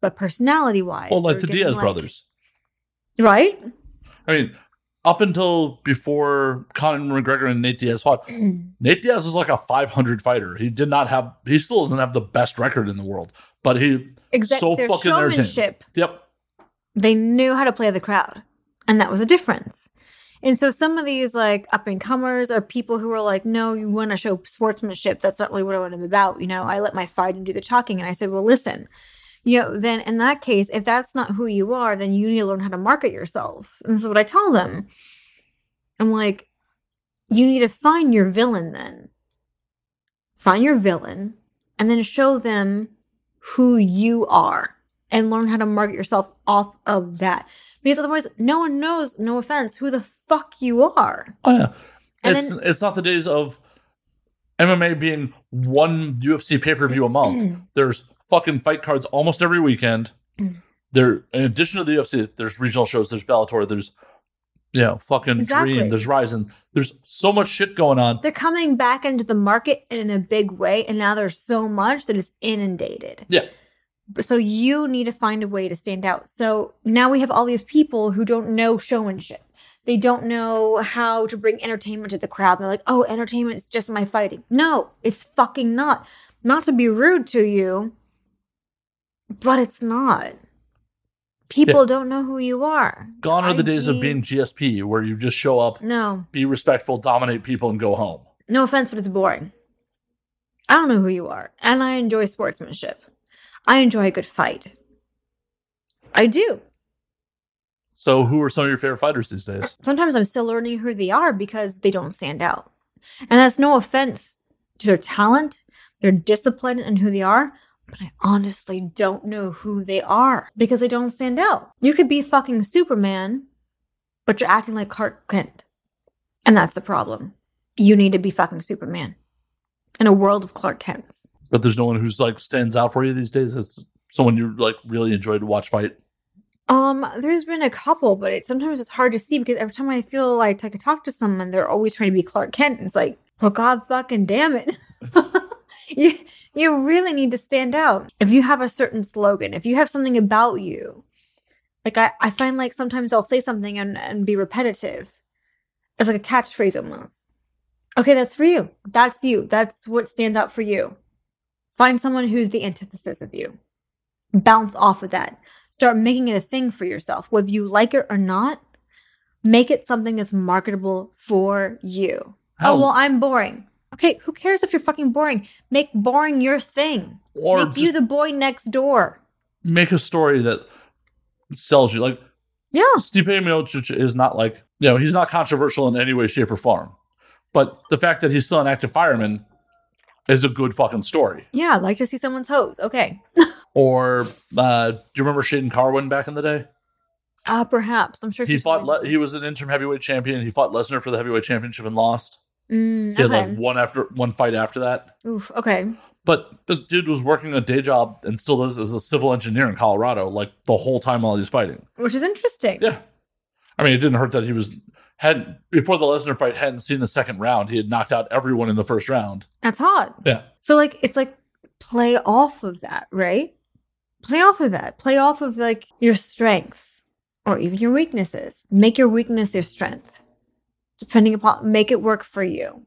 but personality-wise. Well, They like were the getting, Diaz like- brothers. right? I mean, up until before Conor McGregor and Nate Diaz fought, Nate Diaz was like a 500 fighter. He did not have, he still doesn't have the best record in the world, but he, Exactly. So their fucking entertaining. showmanship. yep, They knew how to play the crowd, and that was a difference. And so some of these like up and comers are people who are like, no, you want to show sportsmanship. That's not really what I'm about. You know, I let my fighting do the talking. And I said, well, listen, you know, then in that case, if that's not who you are, then you need to learn how to market yourself. And this is what I tell them. I'm like, you need to find your villain then. Find your villain and then show them who you are and learn how to market yourself off of that. Because otherwise, no one knows, no offense, who the fuck you are. Oh yeah, And it's it's not the days of MMA being one UFC pay per view a month. There's fucking fight cards almost every weekend. Mm. There, in addition to the UFC, there's regional shows. There's Bellator. There's you know fucking Exactly. Dream. There's Ryzen. There's so much shit going on. They're coming back into the market in a big way, and now there's so much that it's inundated. Yeah. So you need to find a way to stand out. So now we have all these people who don't know showmanship. They don't know how to bring entertainment to the crowd. They're like, oh, entertainment is just my fighting. No, it's fucking not. Not to be rude to you, But it's not. People don't know who you are. Gone are the days of IG being GSP, where you just show up, No, be respectful, dominate people, and go home. no offense, but it's boring. I don't know who you are, and I enjoy sportsmanship. I enjoy a good fight. I do. So, who are some of your favorite fighters these days? Sometimes I'm still learning who they are because they don't stand out. And that's no offense to their talent, their discipline, and who they are. But I honestly don't know who they are because they don't stand out. You could be fucking Superman, but you're acting like Clark Kent. And that's the problem. You need to be fucking Superman in a world of Clark Kents. But there's no one who's like stands out for you these days as someone you like really enjoyed to watch fight. Um, there's been a couple, but it, sometimes it's hard to see because every time I feel like I could talk to someone, they're always trying to be Clark Kent. And it's like, well, God fucking damn it. you, you really need to stand out. If you have a certain slogan, if you have something about you, like I, I find like sometimes I'll say something and, and be repetitive. It's like a catchphrase almost. Okay, that's for you. That's you. That's what stands out for you. Find someone who's the antithesis of you. Bounce off of that start making it a thing for yourself whether you like it or not make it something that's marketable for you How- oh well i'm boring okay who cares if you're fucking boring make boring your thing Or make just you the boy next door make a story that sells you. Like yeah Stipe Miocic is not like you know he's not controversial in any way, shape, or form. But the fact that he's still an active fireman is a good fucking story. yeah I'd like to see someone's hose okay Or uh, do you remember Shaden Carwin back in the day? uh perhaps i'm sure He she's fought. fine. Le- he was an interim heavyweight champion. He fought Lesnar for the heavyweight championship and lost. Mm, He had okay like one after one fight after that. Oof, okay But the dude was working a day job and still does as a civil engineer in Colorado, like the whole time while he's fighting. which is interesting Yeah. I mean, it didn't hurt that he was hadn't before the Lesnar fight hadn't seen the second round. He had knocked out everyone in the first round. that's hot Yeah. So like it's like play off of that, right? Play off of that. Play off of like your strengths or even your weaknesses. Make your weakness your strength. Depending upon make it work for you.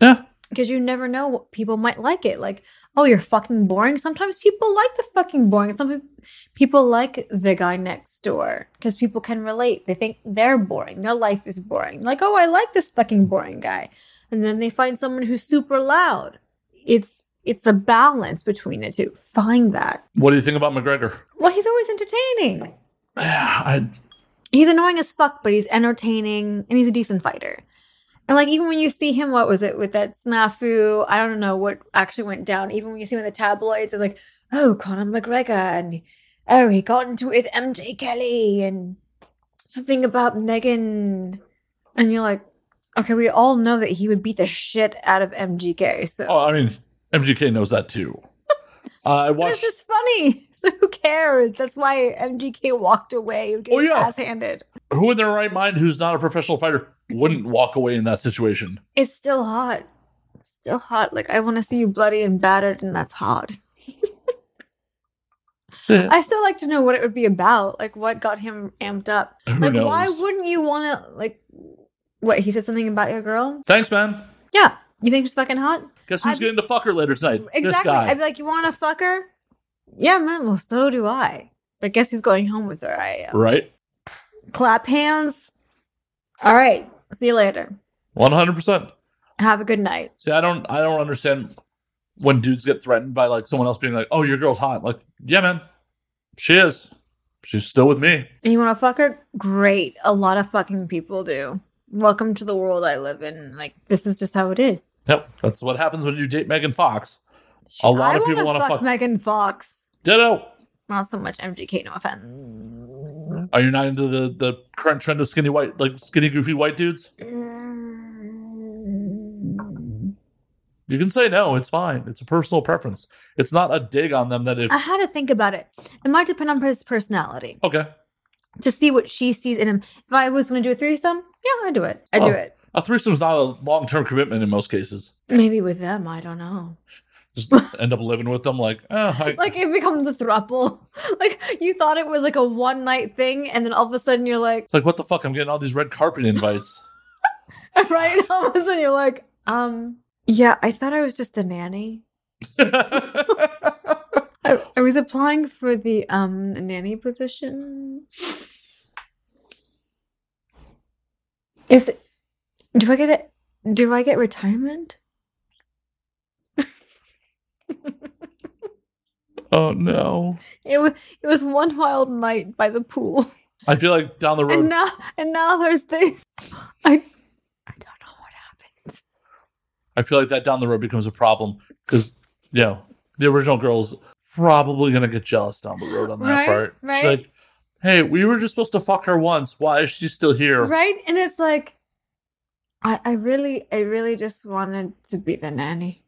Yeah. Because you never know what people might like it. Like, oh, you're fucking boring. Sometimes people like the fucking boring. and Some peop- people like the guy next door because people can relate. They think they're boring. Their life is boring. Like, oh, I like this fucking boring guy. And then they find someone who's super loud it's it's a balance between the two. Find that. What do you think about McGregor? Well, he's always entertaining. Yeah, I He's annoying as fuck, but he's entertaining and he's a decent fighter. And like even when you see him, what was it with that snafu? I don't know what actually went down. Even when you see him in the tabloids, it's like, oh, Conor McGregor, and oh, he got into it with MJ Kelly, and something about Megan, and you're like, okay, we all know that he would beat the shit out of MGK. So oh, I mean, MGK knows that too. Uh, I But watched. It's just funny. So who cares? That's why MGK walked away. He would get Oh, his yeah. ass handed. Who in their right mind, who's not a professional fighter, wouldn't walk away in that situation? It's still hot. It's still hot. Like I want to see you bloody and battered, and that's hot. I still like to know what it would be about. Like what got him amped up. Who like knows? why wouldn't you want to? Like what he said something about your girl. Thanks, man. Yeah, you think she's fucking hot? Guess who's I'd- getting to fuck her later tonight? This Exactly. guy. I'd be like, you want to fuck her? Yeah, man. Well, so do I. But guess who's going home with her? I am. right. Clap hands. All right. See you later. One hundred percent. Have a good night. See, I don't I don't understand when dudes get threatened by like someone else being like, "Oh, your girl's hot." Like, yeah, man, she is. She's still with me. And you want to fuck her? Great. A lot of fucking people do. Welcome to the world I live in. Like, this is just how it is. Yep, that's what happens when you date Megan Fox. A lot I of people wanna wanna fuck- Megan Fox. Ditto. Not so much MGK, no offense. Are you not into the the current trend of skinny white, like skinny goofy white dudes? Mm. You can say no. It's fine. It's a personal preference. It's not a dig on them that if I had to think about it. It might depend on his personality okay, to see what she sees in him. If I was going to do a threesome, yeah, I'd do it. I'd Oh. do it. a threesome's not a long term commitment in most cases. Maybe with them, I don't know. Just end up living with them like, oh, I, like it becomes a thruple. Like you thought it was like a one night thing, and then all of a sudden you're like, it's like what the fuck? I'm getting all these red carpet invites. right? All of a sudden you're like, um, yeah, I thought I was just a nanny. I, I was applying for the um nanny position. Is it, do I get it? Do I get retirement? Oh no! It was it was one wild night by the pool, I feel like down the and road. now and now there's this. I I don't know what happens. I feel like that down the road becomes a problem because you know the original girl's probably gonna get jealous down the road on that Right, part. She's right. like, hey, we were just supposed to fuck her once. Why is she still here? right and it's like i i really i really just wanted to be the nanny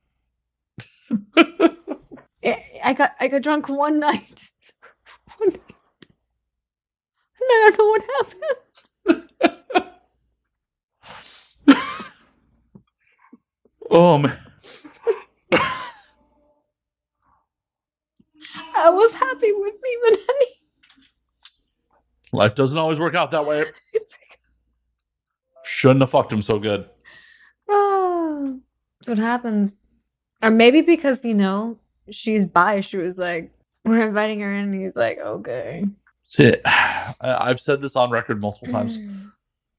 I, I got i got drunk one night one night and i don't know what happened Oh man, i was happy with being the nanny life doesn't always work out that way. it's like Shouldn't have fucked him so good. oh that's what happens or maybe because you know she's bi she was like we're inviting her in and he's like okay See, I- I've said this on record multiple Mm. times.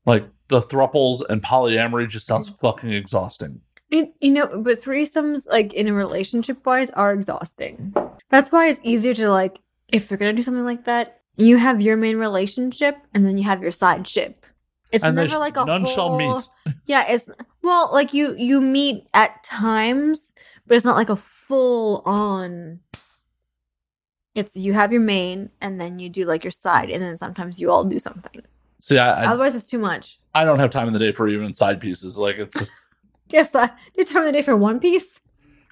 Like the thruples and polyamory just sounds Mm. fucking exhausting. It, you know, but threesomes, like in a relationship wise, are exhausting. That's why it's easier to like, if you're gonna do something like that, you have your main relationship and then you have your side ship. It's and never they- like a none shall whole- meet. Yeah, it's well, like you you meet at times, but it's not like a full on. It's you have your main and then you do like your side, and then sometimes you all do something. See, I, I Otherwise, it's too much. I don't have time in the day for even side pieces. Like it's just Yes, I determine the day for one piece,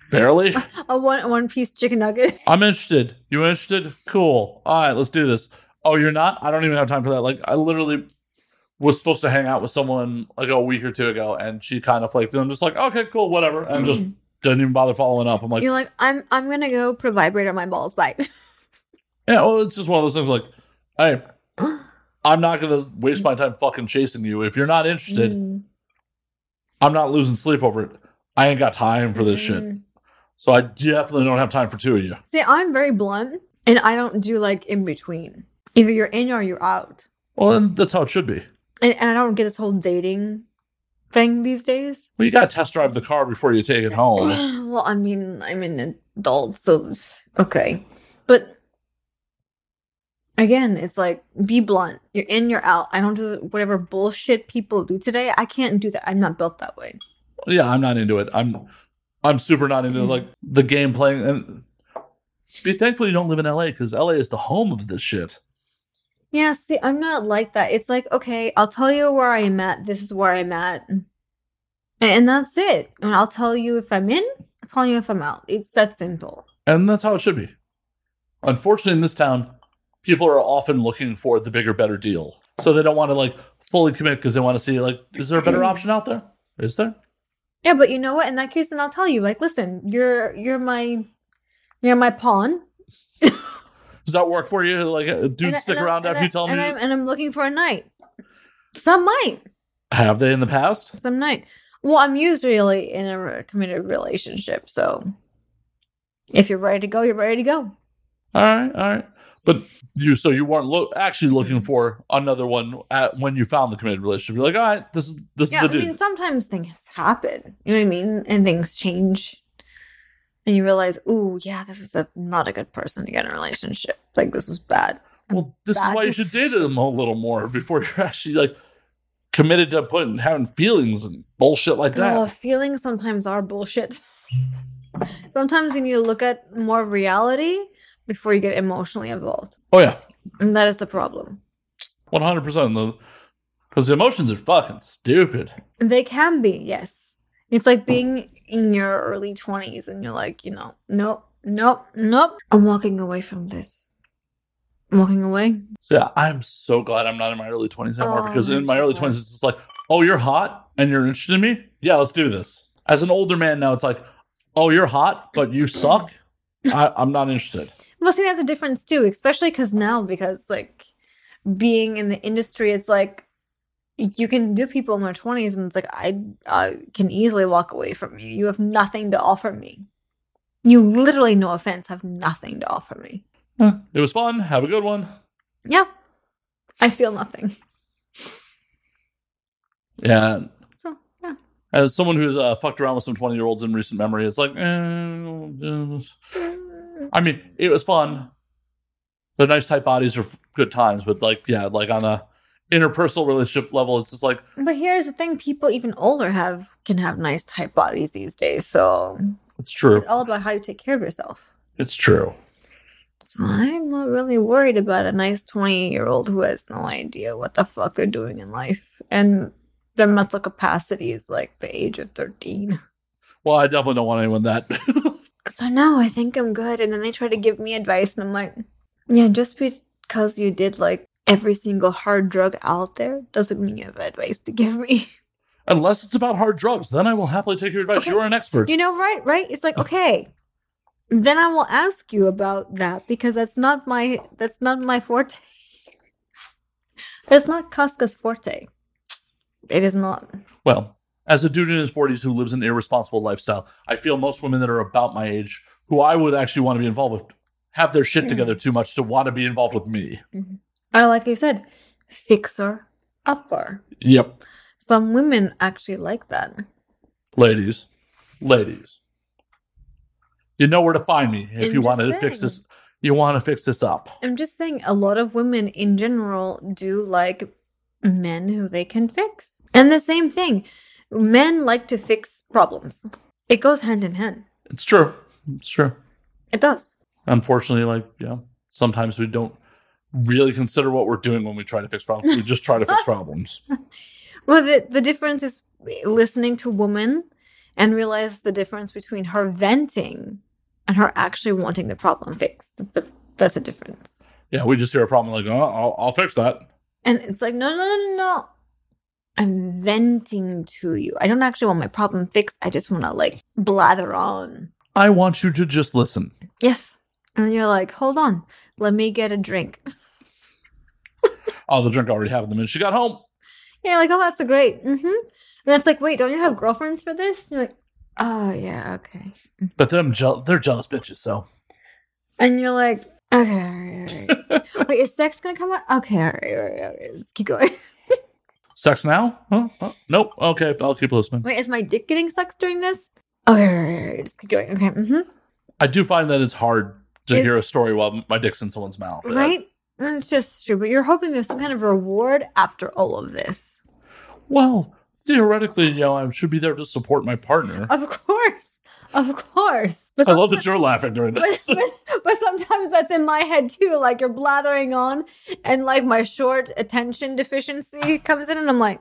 barely. a one a one piece chicken nugget. I'm interested. You interested? Cool. All right, let's do this. Oh, you're not? I don't even have time for that. Like, I literally was supposed to hang out with someone like a week or two ago, and she kind of flaked. And I'm just like, okay, cool, whatever. Um, And just Mm-hmm. didn't even bother following up. I'm like, You're like, I'm I'm gonna go put a vibrator on my balls. Bye. yeah, well, it's just one of those things. Like, hey, I'm not gonna waste my time fucking chasing you. If you're not interested, Mm. I'm not losing sleep over it. I ain't got time for this shit. Mm. So I definitely don't have time for two of you. See, I'm very blunt and I don't do like in between. Either you're in or you're out. Well, and that's how it should be. And, and I don't get this whole dating thing these days. Well, you gotta test drive the car before you take it home. well, I mean, I'm an adult, so okay. But again, it's like be blunt. You're in, you're out. I don't do whatever bullshit people do today. I can't do that. I'm not built that way. yeah i'm not into it i'm i'm super not into like the game playing and be thankful you don't live in la because la is the home of this shit Yeah, see, I'm not like that. It's like, okay, I'll tell you where I'm at. This is where I'm at. And, and that's it. And I'll tell you if I'm in, I'll tell you if I'm out. It's that simple. and that's how it should be unfortunately in this town people are often looking for the bigger better deal so they don't want to like fully commit because they want to see like is there a better option out there is there Yeah, but you know what? In that case, then I'll tell you, like, listen, you're you're my you're my pawn. does that work for you like uh, dude And I- stick and I- around and after I- you tell and me I'm, and I'm looking for a knight. Some might, have they in the past some knight. Well, I'm usually in a re- committed relationship, so if you're ready to go, you're ready to go. all right all right but you so you weren't lo- actually looking for another one at when you found the committed relationship you're like all right this is this Yeah, is I the dude mean, sometimes things happen. You know what I mean? And things change. And you realize, oh, yeah, this was a, not a good person to get in a relationship. Like, this was bad. Well, this is bad why you should date them a little more before you're actually like committed to putting having feelings and bullshit like that. Oh, feelings sometimes are bullshit. sometimes you need to look at more reality before you get emotionally involved. oh yeah, And that is the problem. one hundred percent. though, Because the emotions are fucking stupid. They can be, yes. It's like being in your early 20s and you're like, you know, nope, nope, nope. I'm walking away from this. I'm walking away. So yeah, I'm so glad I'm not in my early twenties anymore. Oh, because me in my early too. twenties, it's just like, oh, you're hot and you're interested in me. Yeah, let's do this. As an older man now, it's like, oh, you're hot, but you suck. I, I'm not interested. Well, see, that's a difference too, especially because now, because like being in the industry, it's like you can do people in their twenties, and it's like I, I can easily walk away from you. You have nothing to offer me. You literally, no offense, have nothing to offer me. It was fun. Have a good one. Yeah. I feel nothing. Yeah. So, yeah. As someone who's uh, fucked around with some 20 year olds in recent memory, it's like, eh, uh, I mean, it was fun. The nice tight bodies are good times, but like, yeah, like on a interpersonal relationship level, it's just like, But here's the thing people even older have can have nice tight bodies these days. So it's true. it's all about how you take care of yourself. It's true. So I'm not really worried about a nice 20 year old who has no idea what the fuck they're doing in life. And their mental capacity is like the age of 13. Well, I definitely don't want anyone that. So no, I think I'm good. And then they try to give me advice, and I'm like, yeah, just because you did like every single hard drug out there doesn't mean you have advice to give me. Unless it's about hard drugs, then I will happily take your advice. Okay. You are an expert. You know, right? Right? It's like, okay. Then I will ask you about that because that's not my that's not my forte. That's not Casca's forte. It is not. Well, as a dude in his 40s who lives an irresponsible lifestyle, I feel most women that are about my age, who I would actually want to be involved with, have their Hmm. shit together too much to want to be involved with me. Or like you said, fixer upper. Yep. Some women actually like that. Ladies, ladies, you know where to find me if I'm you just wanted to fix saying. this. You want to fix this up. I'm just saying a lot of women in general do like men who they can fix. And the same thing. Men like to fix problems. It goes hand in hand. It's true. It's true. It does. Unfortunately, like, yeah, sometimes we don't really consider what we're doing when we try to fix problems. We just try to fix problems. Well, the, the difference is listening to woman and realize the difference between her venting and her actually wanting the problem fixed. That's the, that's the difference. Yeah, we just hear a problem like, oh, I'll, I'll fix that. And it's like, no, no, no, no, no. I'm venting to you. I don't actually want my problem fixed. I just want to like blather on. I want you to just listen. Yes. And you're like, hold on, let me get a drink. Oh, the drink already happened the minute she got home. Yeah, you're like, oh, that's great. Mm-hmm. And that's like, wait, don't you have girlfriends for this? And you're like, oh, yeah, okay. But them, je- they're jealous bitches. So And you're like, okay, all right, all right. wait, is sex going to come out? Okay, all right, all right, all right. Let's keep going. sex now? Huh? Huh? Nope. Okay, I'll keep listening. Wait, is my dick getting sucked during this? Okay, all right, all right. Just keep going. Okay, mm-hmm. I do find that it's hard to Is- hear a story while my dick's in someone's mouth. Uh, Right? And it's just stupid. You're hoping there's some kind of reward after all of this. Well, theoretically, you know, I should be there to support my partner. Of course. Of course. But I love that you're laughing during but, this. but, but sometimes that's in my head too. Like you're blathering on, and like my short attention deficiency comes in, and I'm like,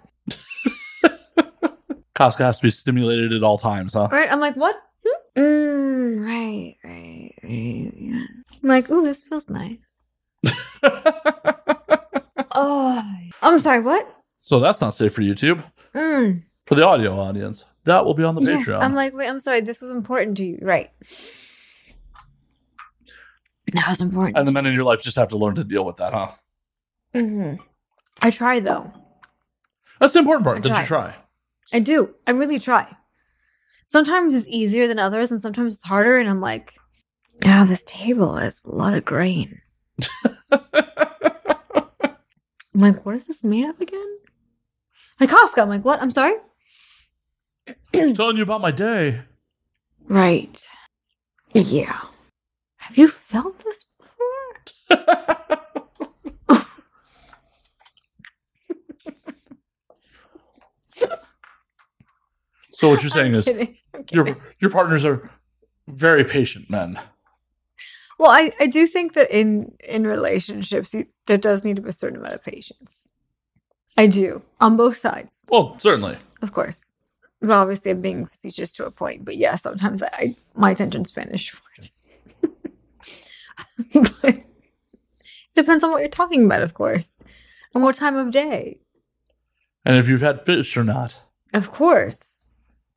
Costco has to be stimulated at all times, huh? right? I'm like, what? Hmm? Mm, right, right, right. Yeah. I'm like, ooh, this feels nice. oh, I'm sorry. What? So that's not safe for YouTube. Mm. For the audio audience, that will be on the Yes. Patreon. I'm like, wait. I'm sorry. This was important to you, right? That was important. and the men in your life just have to learn to deal with that, huh? Mhm. I try though. That's the important part. I Did you try? I do. I really try. Sometimes it's easier than others, and sometimes it's harder. And I'm like, oh, this table has a lot of grain. I'm like, what is this made of again? Like Costco. I'm like, what? I'm sorry. I was telling you about my day. Right. Yeah. Have you felt this before? So what you're saying I'm is kidding. I'm kidding. your your partners are very patient men. Well, I, I do think that in in relationships you, there does need to be a certain amount of patience. I do on both sides, Well, certainly. of course. Well, obviously, I'm being facetious to a point, but yeah, sometimes I, I my attention span is short. but it depends on what you're talking about, of course, and what time of day, And if you've had fish or not. of course.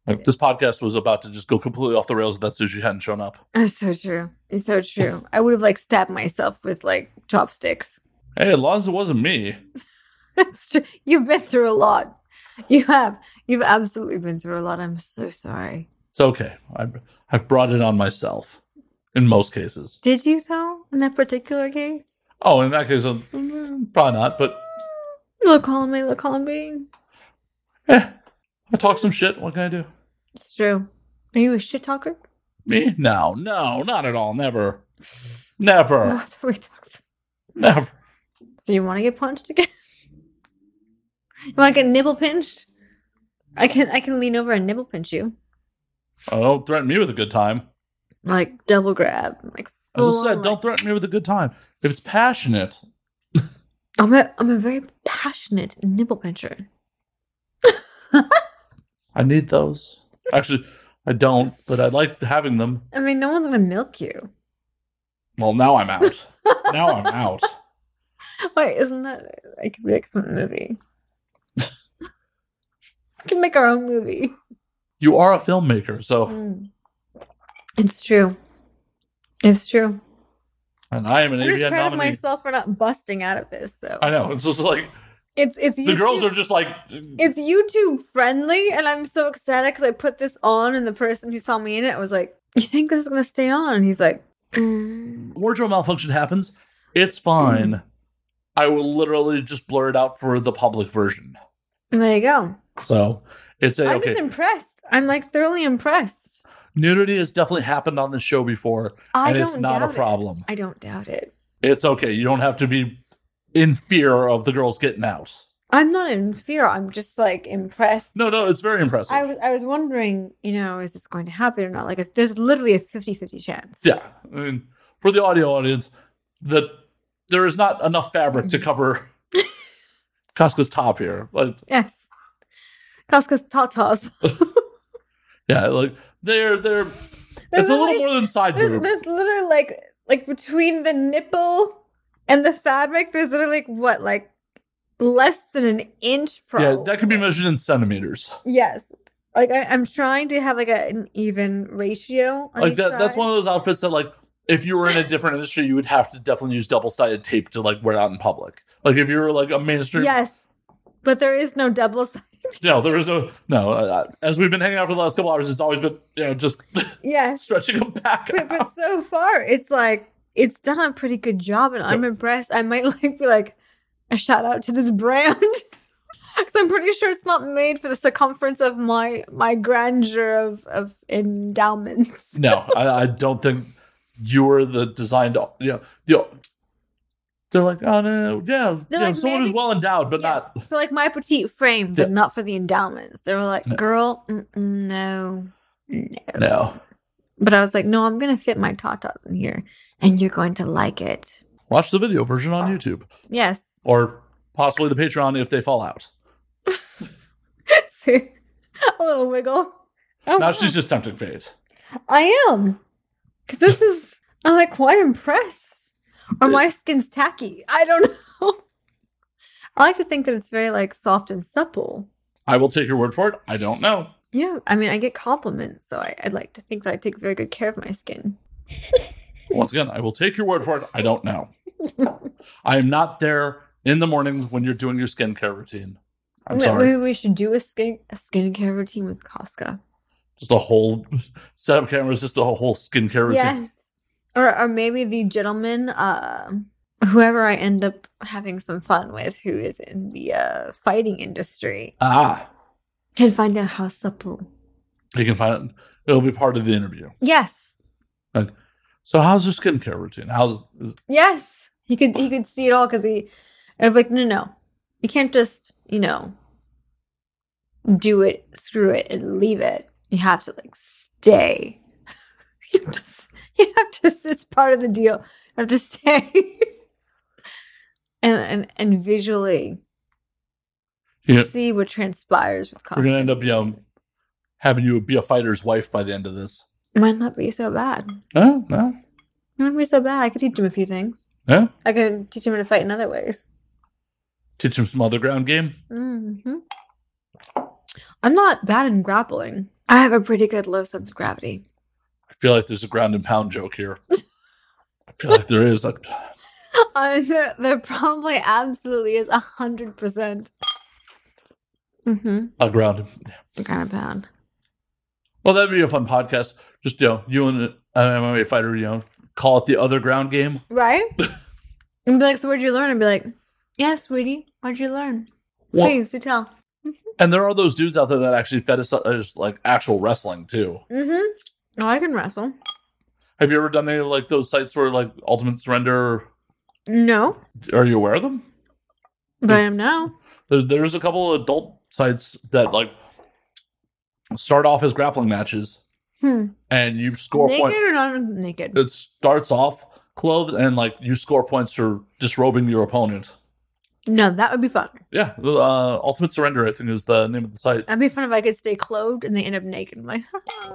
Like this podcast was about to just go completely off the rails if that sushi hadn't shown up. That's so true. It's so true. I would have like stabbed myself with like chopsticks. Hey, as long as it wasn't me. That's true. You've been through a lot. You have. You've absolutely been through a lot. I'm so sorry. It's okay. I, I've brought it on myself in most cases. Did you though? In that particular case? Oh, in that case, uh, mm, probably not, but Look, column A, look, column B. eh, I talk some shit. What can I do? It's true. Are you a shit talker? Me? No, no, not at all. Never. Never. What are we talking about? Never. So you want to get punched again? you want to get nibble pinched? I can I can lean over and nibble pinch you, Oh, don't threaten me with a good time. like double grab, like. As I full said, on, like- don't threaten me with a good time. If it's passionate, I'm a I'm a very passionate nibble pincher. I need those. Actually, I don't, but I like having them. I mean, no one's gonna milk you. Well, now I'm out. now I'm out. Wait, isn't that like a big movie? we can make our own movie. You are a filmmaker, so Mm. It's true. It's true. and I am an I'm just AVN proud of nominee. myself for not busting out of this. So I know. It's just like it's it's the girls YouTube- are just like it's YouTube friendly, and I'm so ecstatic because I put this on, and the person who saw me in it was like, "You think this is gonna stay on?" And he's like, "Mm." wardrobe malfunction happens. It's fine. I will literally just blur it out for the public version. And there you go. So it's a I'm okay. just impressed. I'm like thoroughly impressed. Nudity has definitely happened on this show before, I and don't it's not a doubt problem. It. I don't doubt it. It's okay. You don't have to be in fear of the girls getting out. I'm not in fear. I'm just like impressed. No, no, it's very impressive. I was I was wondering, you know, is this going to happen or not? Like, if there's literally a 50-50 chance. Yeah. I mean, for the audio audience, that there is not enough fabric to cover Casca's top here. But Yes. Casca's tatas. yeah, like they're they're it's a little more than side There's, boobs. there's literally like like between the nipple and the fabric, there's literally like what like less than an inch. Yeah, Probably. that could be measured in centimeters. Yes, like I, I'm trying to have like a, an even ratio. On Like each that, that's side. one of those outfits that like if you were in a different industry, you would have to definitely use double sided tape to like wear out in public. Like if you were like a mainstream, Yes, but there is no double side. no, there is no no. Uh, as we've been hanging out for the last couple hours, it's always been you know just Yes, stretching them back. but, out. but so far it's like it's done a pretty good job and i'm impressed i might like be like a shout out to this brand because i'm pretty sure it's not made for the circumference of my my grandeur of of endowments No, I, I don't think you were the designed. You know, you know, they're like, oh no, no, yeah, They're yeah, like, someone who's maybe- well endowed, but Yes, not. for like my petite frame but Yeah. not for the endowments they were like No. girl mm-mm, no No, but i was like no i'm gonna fit my tatas in here and you're going to like it watch the video version Oh. on YouTube yes or possibly the Patreon if they fall out. So, a little wiggle oh Now wow. she's just tempting fate. I am. Because this is, I'm like quite impressed. Or my skin's tacky. I don't know. I like to think that it's very like soft and supple. I will take your word for it. I don't know. Yeah, I mean, I get compliments, so I, I'd like to think that I take very good care of my skin. Once again, I will take your word for it. I don't know. I am not there in the mornings when you're doing your skincare routine. I'm Maybe- sorry. Maybe we should do a skin a skincare routine with Costco. Just a whole set of cameras, just a whole skincare routine. Yes, or or maybe the gentleman, uh, whoever I end up having some fun with, who is in the uh, fighting industry, Ah, can find out how supple. you can find it. It'll be part of the interview. Yes, So how's your skincare routine? How's is, Yes, he could. He could see it all because he. I was like, no, no, you can't just you know do it, screw it, and leave it. You have to like stay. You just you have to. It's part of the deal. You have to stay. and, and and visually you see what transpires with we're gonna end up Costco. you know, having you be a fighter's wife by the end of this? Might not be so bad. No, no. Might not be so bad. I could teach him a few things. Yeah. I could teach him how to fight in other ways. Teach him some other ground game. hmm I'm not bad in grappling. I have a pretty good low sense of gravity. I feel like there's a ground and pound joke here. I feel like there is. I, I there, there probably absolutely is a hundred percent. Mm-hmm. a ground. Ground and pound. Well, that'd be a fun podcast. Just you know, you and an MMA fighter, you know, call it the other ground game. Right? and be like, so where'd you learn? And be like, yeah, sweetie, what'd you learn? Well- Please do tell. And there are those dudes out there that actually fetishize uh, like actual wrestling too. Mm-hmm. Oh, I can wrestle. Have you ever done any of like those sites where like Ultimate Surrender? No, Are you aware of them? but I am now. There, there's a couple of adult sites that like start off as grappling matches, Hmm. and you score Naked points. or not naked? It starts off clothed, and like you score points for disrobing your opponent. No, that would be fun. Yeah, the, uh, Ultimate Surrender, I think, is the name of the site. That'd be fun if I could stay clothed and they end up naked. I'm like,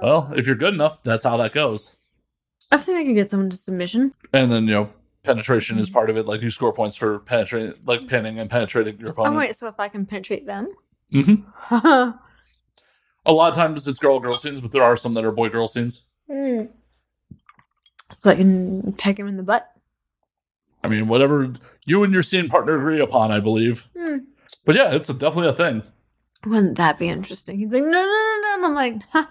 Well, if you're good enough, that's how that goes. I think I can get someone to submission. And then you know, penetration is part of it. Like you score points for penetrating, like pinning and penetrating your Oh, opponent. wait, so if I can penetrate them? Mhm. Mm. A lot of times it's girl girl scenes, but there are some that are boy girl scenes. so I can peck him in the butt. I mean, whatever you and your scene partner agree upon, I believe. Hmm. But yeah, it's definitely a thing. Wouldn't that be interesting? He's like, no, no, no, no. And I'm like,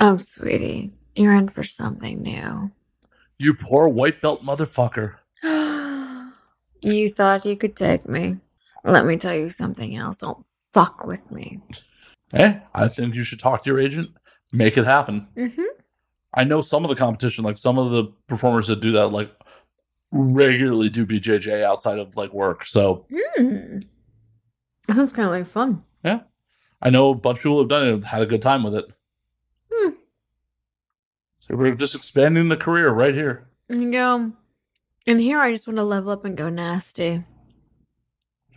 oh, sweetie, you're in for something new. You poor white belt motherfucker. you thought you could take me. Let me tell you something else. Don't fuck with me. Hey, Eh? I think you should talk to your agent. Make it happen. Mm-hmm. I know some of the competition, like some of the performers that do that, like regularly do BJJ outside of like work. So Mm. That's kind of like fun. I know a bunch of people have done it and had a good time with it. Hmm. So we're just expanding the career right here. And you go, and here I just want to level up and go nasty.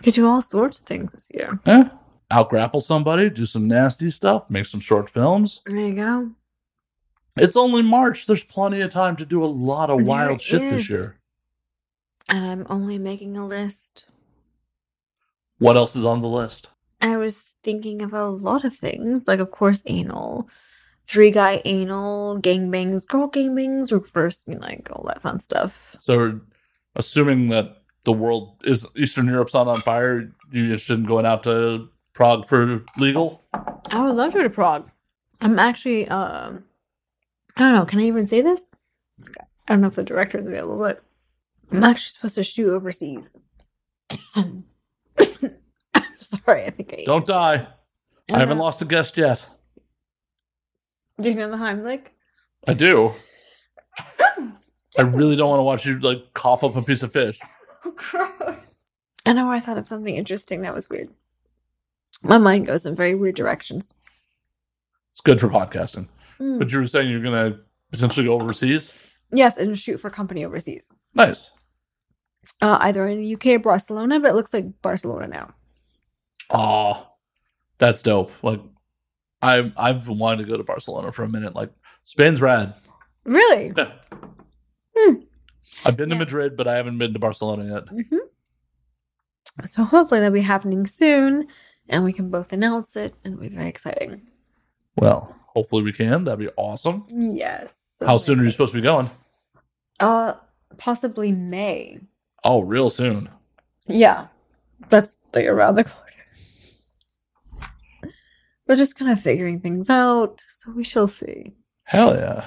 Could do all sorts of things this year. Eh? Out grapple somebody, do some nasty stuff, make some short films. There you go. It's only March. There's plenty of time to do a lot of There wild shit is. this year. And I'm only making a list. What else is on the list? I was thinking of a lot of things, like, of course, anal, three guy anal, gangbangs, girl gangbangs, reverse, you know, like all that fun stuff. So, assuming that the world is Eastern Europe's not on fire, you just didn't going out to Prague for legal. I would love to go to Prague. I'm actually, um, I don't know, can I even say this? I don't know if the director is available, but I'm actually supposed to shoot overseas. I'm sorry, I think I ate Don't it. die. I haven't Uh, lost a guest yet. Do you know the Heimlich? I do. I really don't want to watch you like cough up a piece of fish. Oh, Gross. I know I thought of something interesting that was weird. My mind goes in very weird directions. It's good for podcasting. Mm. But you were saying you're gonna potentially go overseas. Yes, and shoot for company overseas, Nice. uh, either in the UK or Barcelona, but it looks like Barcelona now. Aw, that's dope. Like, I I've been wanting to go to Barcelona for a minute. Like, Spain's rad. Really? Yeah. Hmm. I've been to Yeah. Madrid, but I haven't been to Barcelona yet. hmm Mm-hmm. So hopefully that'll be happening soon, and we can both announce it, and it'll be very exciting. Well, hopefully we can. That'd be awesome. Yes. so How soon are you excited. supposed to be going? Uh, possibly May. Oh, real soon. Yeah, that's like around the corner. They're just kind of figuring things out, so we shall see. Hell yeah.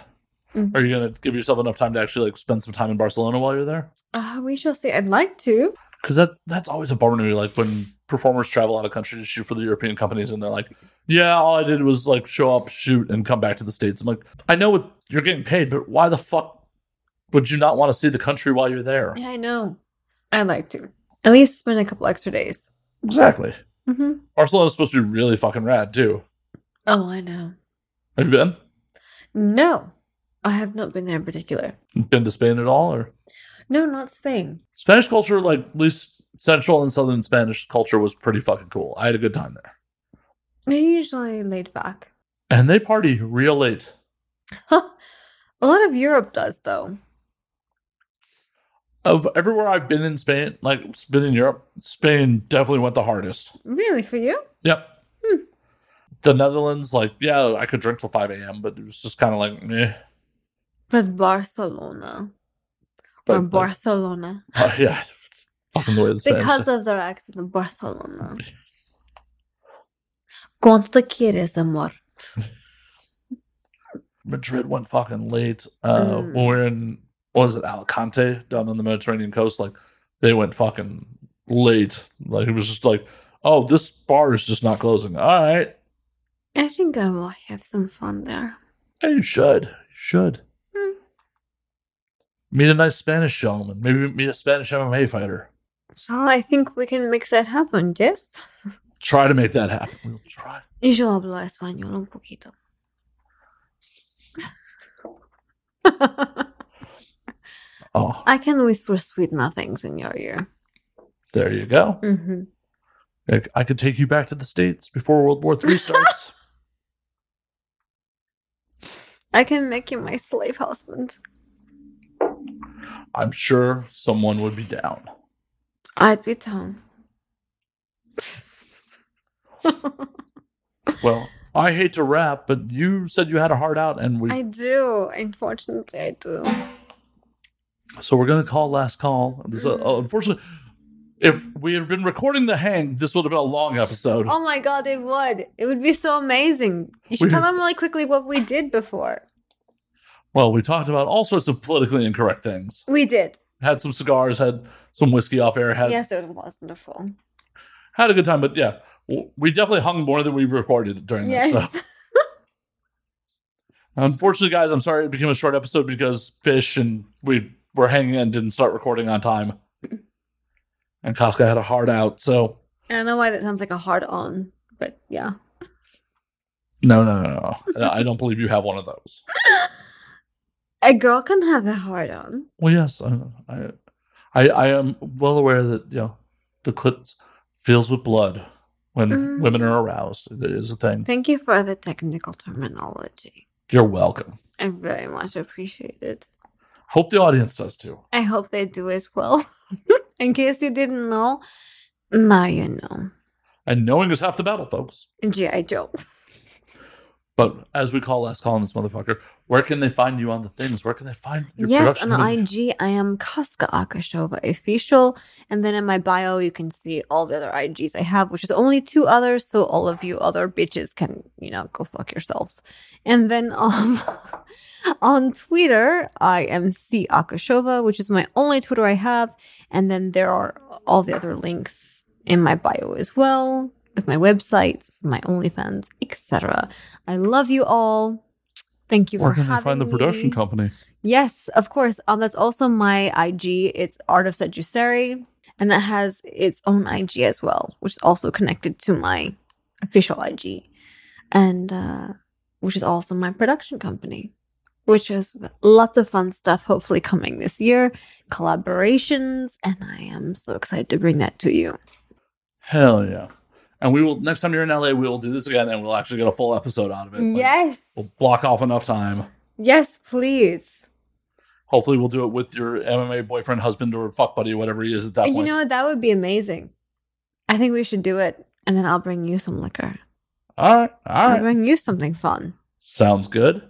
Mhm. Are you gonna give yourself enough time to actually like spend some time in Barcelona while you're there? Uh, we shall see. I'd like to. Because that's that's always a bummer to me. Like when performers travel out of country to shoot for the European companies, and they're like, "Yeah, all I did was like show up, shoot, and come back to the states." I'm like, I know what you're getting paid, but why the fuck would you not want to see the country while you're there? Yeah, I know. I'd like to. At least spend a couple extra days. Exactly. hmm Barcelona's supposed to be really fucking rad too. Oh, I know. Have you been? No, I have not been there in particular. Been to Spain at all, or No, not Spain. Spanish culture? Like at least Central and Southern Spanish culture was pretty fucking cool. I had a good time there, They're usually laid back. and they party real late. A lot of Europe does, though. Of everywhere I've been in Spain, like been in Europe, Spain definitely went the hardest. Really, for you? Yep. Hmm. The Netherlands, like, yeah, I could drink till 5 a.m., but it was just kind of like, meh. But Barcelona. But, or but- Barcelona. uh, yeah, fucking the way the Spanish Because say- of their accent of Barcelona. ¿Cuánto quieres, amor? Madrid went fucking late. Mm. Uh, When we were in, what was it, Alicante down on the Mediterranean coast? Like, they went fucking late. Like, it was just like, oh, this bar is just not closing. All right. I think I will have some fun there. Yeah, you should. You should. Hmm. Meet a nice Spanish gentleman. Maybe meet a Spanish MMA fighter. So I think we can make that happen, yes? Try to make that happen. We'll try. Y yo hablo español un poquito. Oh, I can whisper sweet nothings in your ear. there you go. hmm I- I could take you back to the States before World War III starts. I can make you my slave husband. I'm sure someone would be down. I'd be down. Well, I hate to rap, but you said you had a heart out, and we. I do. Unfortunately, I do. So we're gonna call last call. This, uh, Mm-hmm. unfortunately, if we had been recording the hang, this would have been a long episode. Oh my god, it would. It would be so amazing. You should We- tell them really quickly what we did before. Well, we talked about all sorts of politically incorrect things. We did. Had some cigars, had some whiskey off air, had Yes, it was wonderful. had a good time, but yeah, w- we definitely hung more than we recorded during Yes. this. So. Unfortunately, guys, I'm sorry it became a short episode because fish and we were hanging and didn't start recording on time. And Kafka had a hard out, so I don't know why that sounds like a hard on, but yeah. no, no, no, no. I don't believe you have one of those. A girl can have a heart on. Well, yes, I, I, I, I am well aware that you know the clip fills with blood when Mm-hmm. Mm. women are aroused. It is a thing. Thank you for the technical terminology. You're welcome. I very much appreciate it. Hope the audience does too. I hope they do as well. in case you didn't know, now you know. And knowing is half the battle, folks. G.I. Joe. But as we call last call on this motherfucker, where can they find you on the things? Where can they find your yes, production? on IG, I am Kaska Akashova official. And then in my bio, you can see all the other IGs I have, which is only two others. So all of you other bitches can, you know, go fuck yourselves. And then um, on Twitter, I am C Akashova, which is my only Twitter I have. And then there are all the other links in my bio as well, with my websites, my OnlyFans, etc. I love you all. Thank you Where for can they having find the production me. company? Yes, of course. Um, that's also my IG. It's Art of Seduseri, and that has its own IG as well, which is also connected to my official IG, and uh, which is also my production company, which is lots of fun stuff. Hopefully, coming this year, collaborations, and I am so excited to bring that to you. Hell yeah! And we will next time you're in LA, we will do this again, and we'll actually get a full episode out of it. Like, Yes. we'll block off enough time. Yes, please. Hopefully, we'll do it with your MMA boyfriend, husband, or fuck buddy, whatever he is at that And you point. know what? That would be amazing. I think we should do it, and then I'll bring you some liquor. all right, all I'll right. bring you something fun. Sounds good.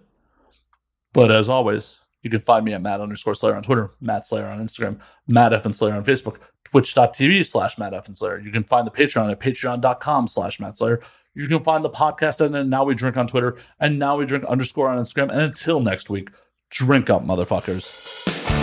But as always, you can find me at Matt underscore Slayer on Twitter, Matt Slayer on Instagram, Matt F and Slayer on Facebook, twitch.tv slash Matt F and Slayer. You can find the Patreon at patreon.com slash Matt Slayer. You can find the podcast at and now we drink on Twitter and now we drink underscore on Instagram. And until next week, drink up, motherfuckers.